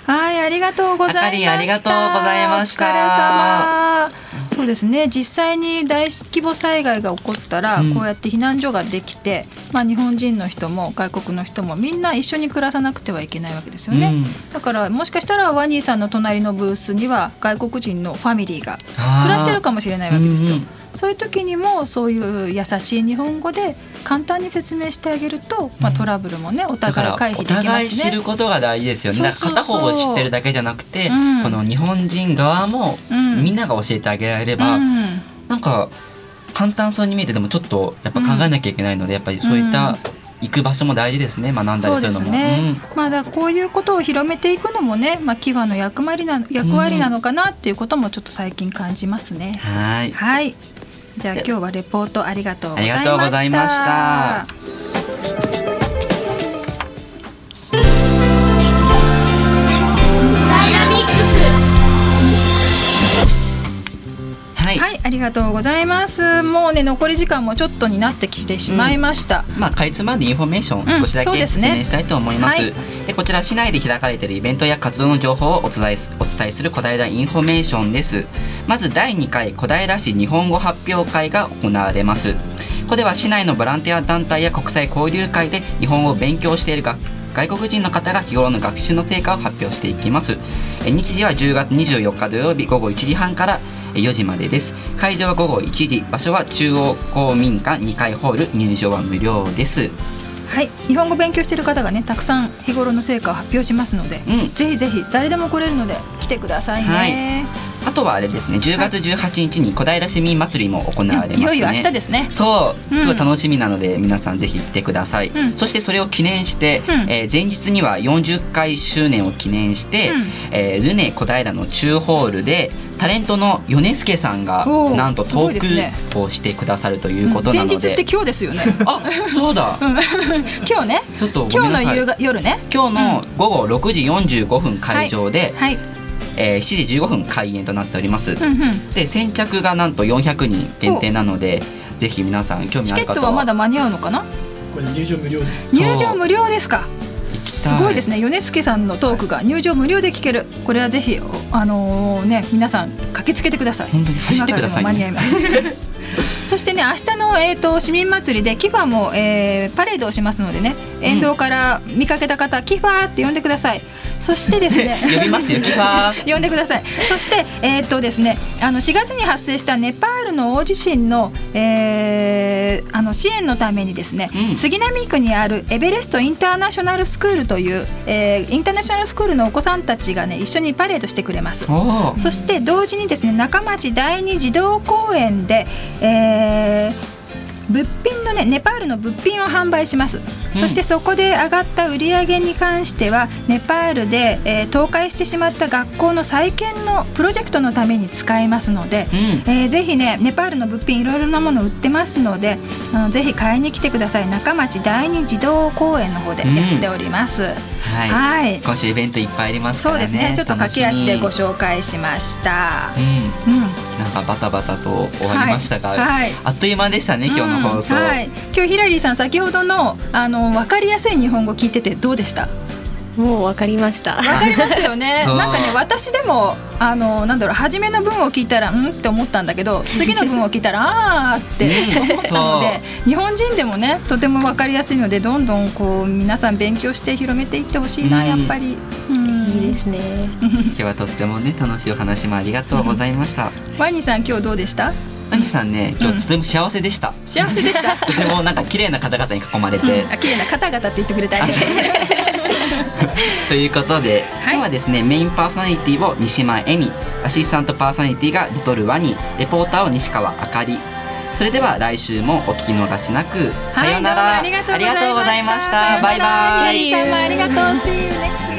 S1: はい、ありがとうございました。
S2: あかりありがとうございました
S1: お疲れ様。そうですね。実際に大規模災害が起こったら、
S2: うん
S1: こうやって避難所ができて、まあ日本人の人も外国の人もみんな一緒に暮らさなくてはいけないわけですよね。だからもしかしたらワニーさんの隣のブースには外国人のファミリーが暮らしてるかもしれないわけですよ。
S2: うんうん
S1: そういう時にもそういう優しい日本語で簡単に説明してあげると、まあトラブルもねお
S2: だか
S1: 互い回
S2: ら
S1: 避
S2: お
S1: できますね。
S2: 互い知ることが大事ですよねだ
S1: そ
S2: か
S1: う
S2: ら
S1: そうそう
S2: 片方を知ってるだけじゃなくて、
S1: うん
S2: この日本人側も
S1: うん
S2: みんなが教えてあげられれば、
S1: うん
S2: なんか簡単そうに見えてでもちょっとやっぱ考えなきゃいけないので、やっぱりそういった行く場所も大事ですね学んだり
S1: そう
S2: す
S1: で
S2: るの
S1: す
S2: も。
S1: ね、まあだからこういうことを広めていくのもね、まあ、キワの役割な役割なのかなっていうこともちょっと最近感じますね。
S2: うんはい
S1: はいじゃあ今日はレポートありがとうございました。
S2: ありがとうございました
S3: ダイナミックス
S2: はい、
S1: はい、ありがとうございます。もうね残り時間もちょっとになってきてしまいました。
S2: まあ、かいつまんでインフォメーションを
S1: うん
S2: 少しだ
S1: そう
S2: け
S1: です
S2: 説
S1: ね
S2: 明したいと思います。
S1: はい
S2: でこちら市内で開かれているイベントや活動の情報をお伝えすお伝えする小平インフォメーションです。まず第2回小平市日本語発表会が行われます。ここでは市内のボランティア団体や国際交流会で日本語を勉強している学外国人の方が日頃の学習の成果を発表していきます。え日時は10月24日土曜日午後1時半からえ4時までです会場は午後1時場所は中央公民館2階ホール入場は無料です
S1: はい、日本語勉強している方がねたくさん日頃の成果を発表しますので、
S2: うん
S1: ぜひぜひ誰でも来れるので来てくださいね。
S2: あとはあれですね10月18日に小平市民祭りも行われますね、
S1: いよいよ明日ですね。
S2: そう
S1: うん
S2: すごい楽しみなので、皆さんぜひ行ってください、
S1: うん
S2: そしてそれを記念して、
S1: うん
S2: えー前日には40回周年を記念して、
S1: うん
S2: えールネ小平の中ホールでタレントの米助さんが
S1: おー
S2: なんと
S1: すご
S2: ト
S1: いですね
S2: ークをしてくださるということな
S1: 前
S2: ので、
S1: 日って今日ですよね。
S2: あそうだ、
S1: うん今日ね。
S2: ちょっとご
S1: 今
S2: めんな
S1: 日
S2: さい
S1: の夕が夜ね。
S2: 今日の午後6時45分会場で、
S1: はい。
S2: えー7時15分開演となっております、
S1: うんうん。
S2: で先着がなんと400人限定なのでぜひ皆さん興味
S1: チ
S2: あ
S1: ケ
S2: る
S1: ット
S2: 方
S1: はま
S2: は
S1: だ間に合うのかな。
S8: これ入場無料です
S2: そう
S1: 入場無料ですか。すごいですね。米助さんのトークが入場無料で聞ける。これはぜひおあのーね皆さん駆けつけてください。
S2: 本当に走ってくださいね
S1: 今からでも間に合いま す。そしてね明日のえっ、と市民祭りでキファも、えーパレードをしますのでね沿道から見かけた方、キファーって呼んでください。そしてですね
S2: 呼びますよキファ ー
S1: 呼んでください。そしてえーっとですね、あの4月に発生したネパールの大地震の、えーあの支援のためにですね、
S2: うん
S1: 杉並区にあるエベレストインターナショナルスクールという、えーインターナショナルスクールのお子さんたちがね一緒にパレードしてくれます。
S2: おー
S1: そして同時にですね中町第二児童公園で、えー物品のねネパールの物品を販売します、そしてそこで上がった売り上げに関してはネパールで、えー倒壊してしまった学校の再建のプロジェクトのために使えますので、
S2: う
S1: えーぜひねネパールの物品いろいろなもの売ってますのであのぜひ買いに来てください中町第二児童公園の方でやっております、
S2: はい、
S1: はい
S2: 今週イベントいっぱいありますか
S1: そう
S2: らね
S1: ですねちょっと駆け足でご
S2: 楽し
S1: 紹介しました、
S2: みうん
S1: うん
S2: なんかバタバタと終わりましたが、
S1: はいはい
S2: あっという間でしたね今日の放送、
S1: うんはい、今日ヒラリーさん先ほどのあの分かりやすい日本語聞いててどうでした
S6: もうわかりました。
S1: わかりますよね
S2: そう
S1: なんかね私でもあのなんだろう初めの文を聞いたらうんって思ったんだけ ど次の文を聞いたらあーって思ったので日本人でもねとても分かりやすいのでどんどんこう皆さん勉強して広めていってほしいな、
S2: うん
S1: やっぱり。うん
S6: いいです ね。
S2: 今日はとってもね楽しいお話もありがとうございました、
S1: ワニさん今日どうでした
S2: 兄さんね今日とても幸せでした、
S1: 幸せでした
S2: とてもなんか綺麗な方々に囲まれて、
S1: あ綺麗な方々って言ってくれたり
S2: ということで、
S1: い
S2: 今日はですねメインパーソナリティを西間恵美アシスタントパーソナリティがリトルワニレポーターを西川あかりそれでは来週もお聞き逃しなく、
S1: はい
S2: さような
S1: どうも
S2: ら
S1: ありがとうございました
S2: ありがとうございましたバイバイ
S1: ヒラリーさんもありがとう See you next week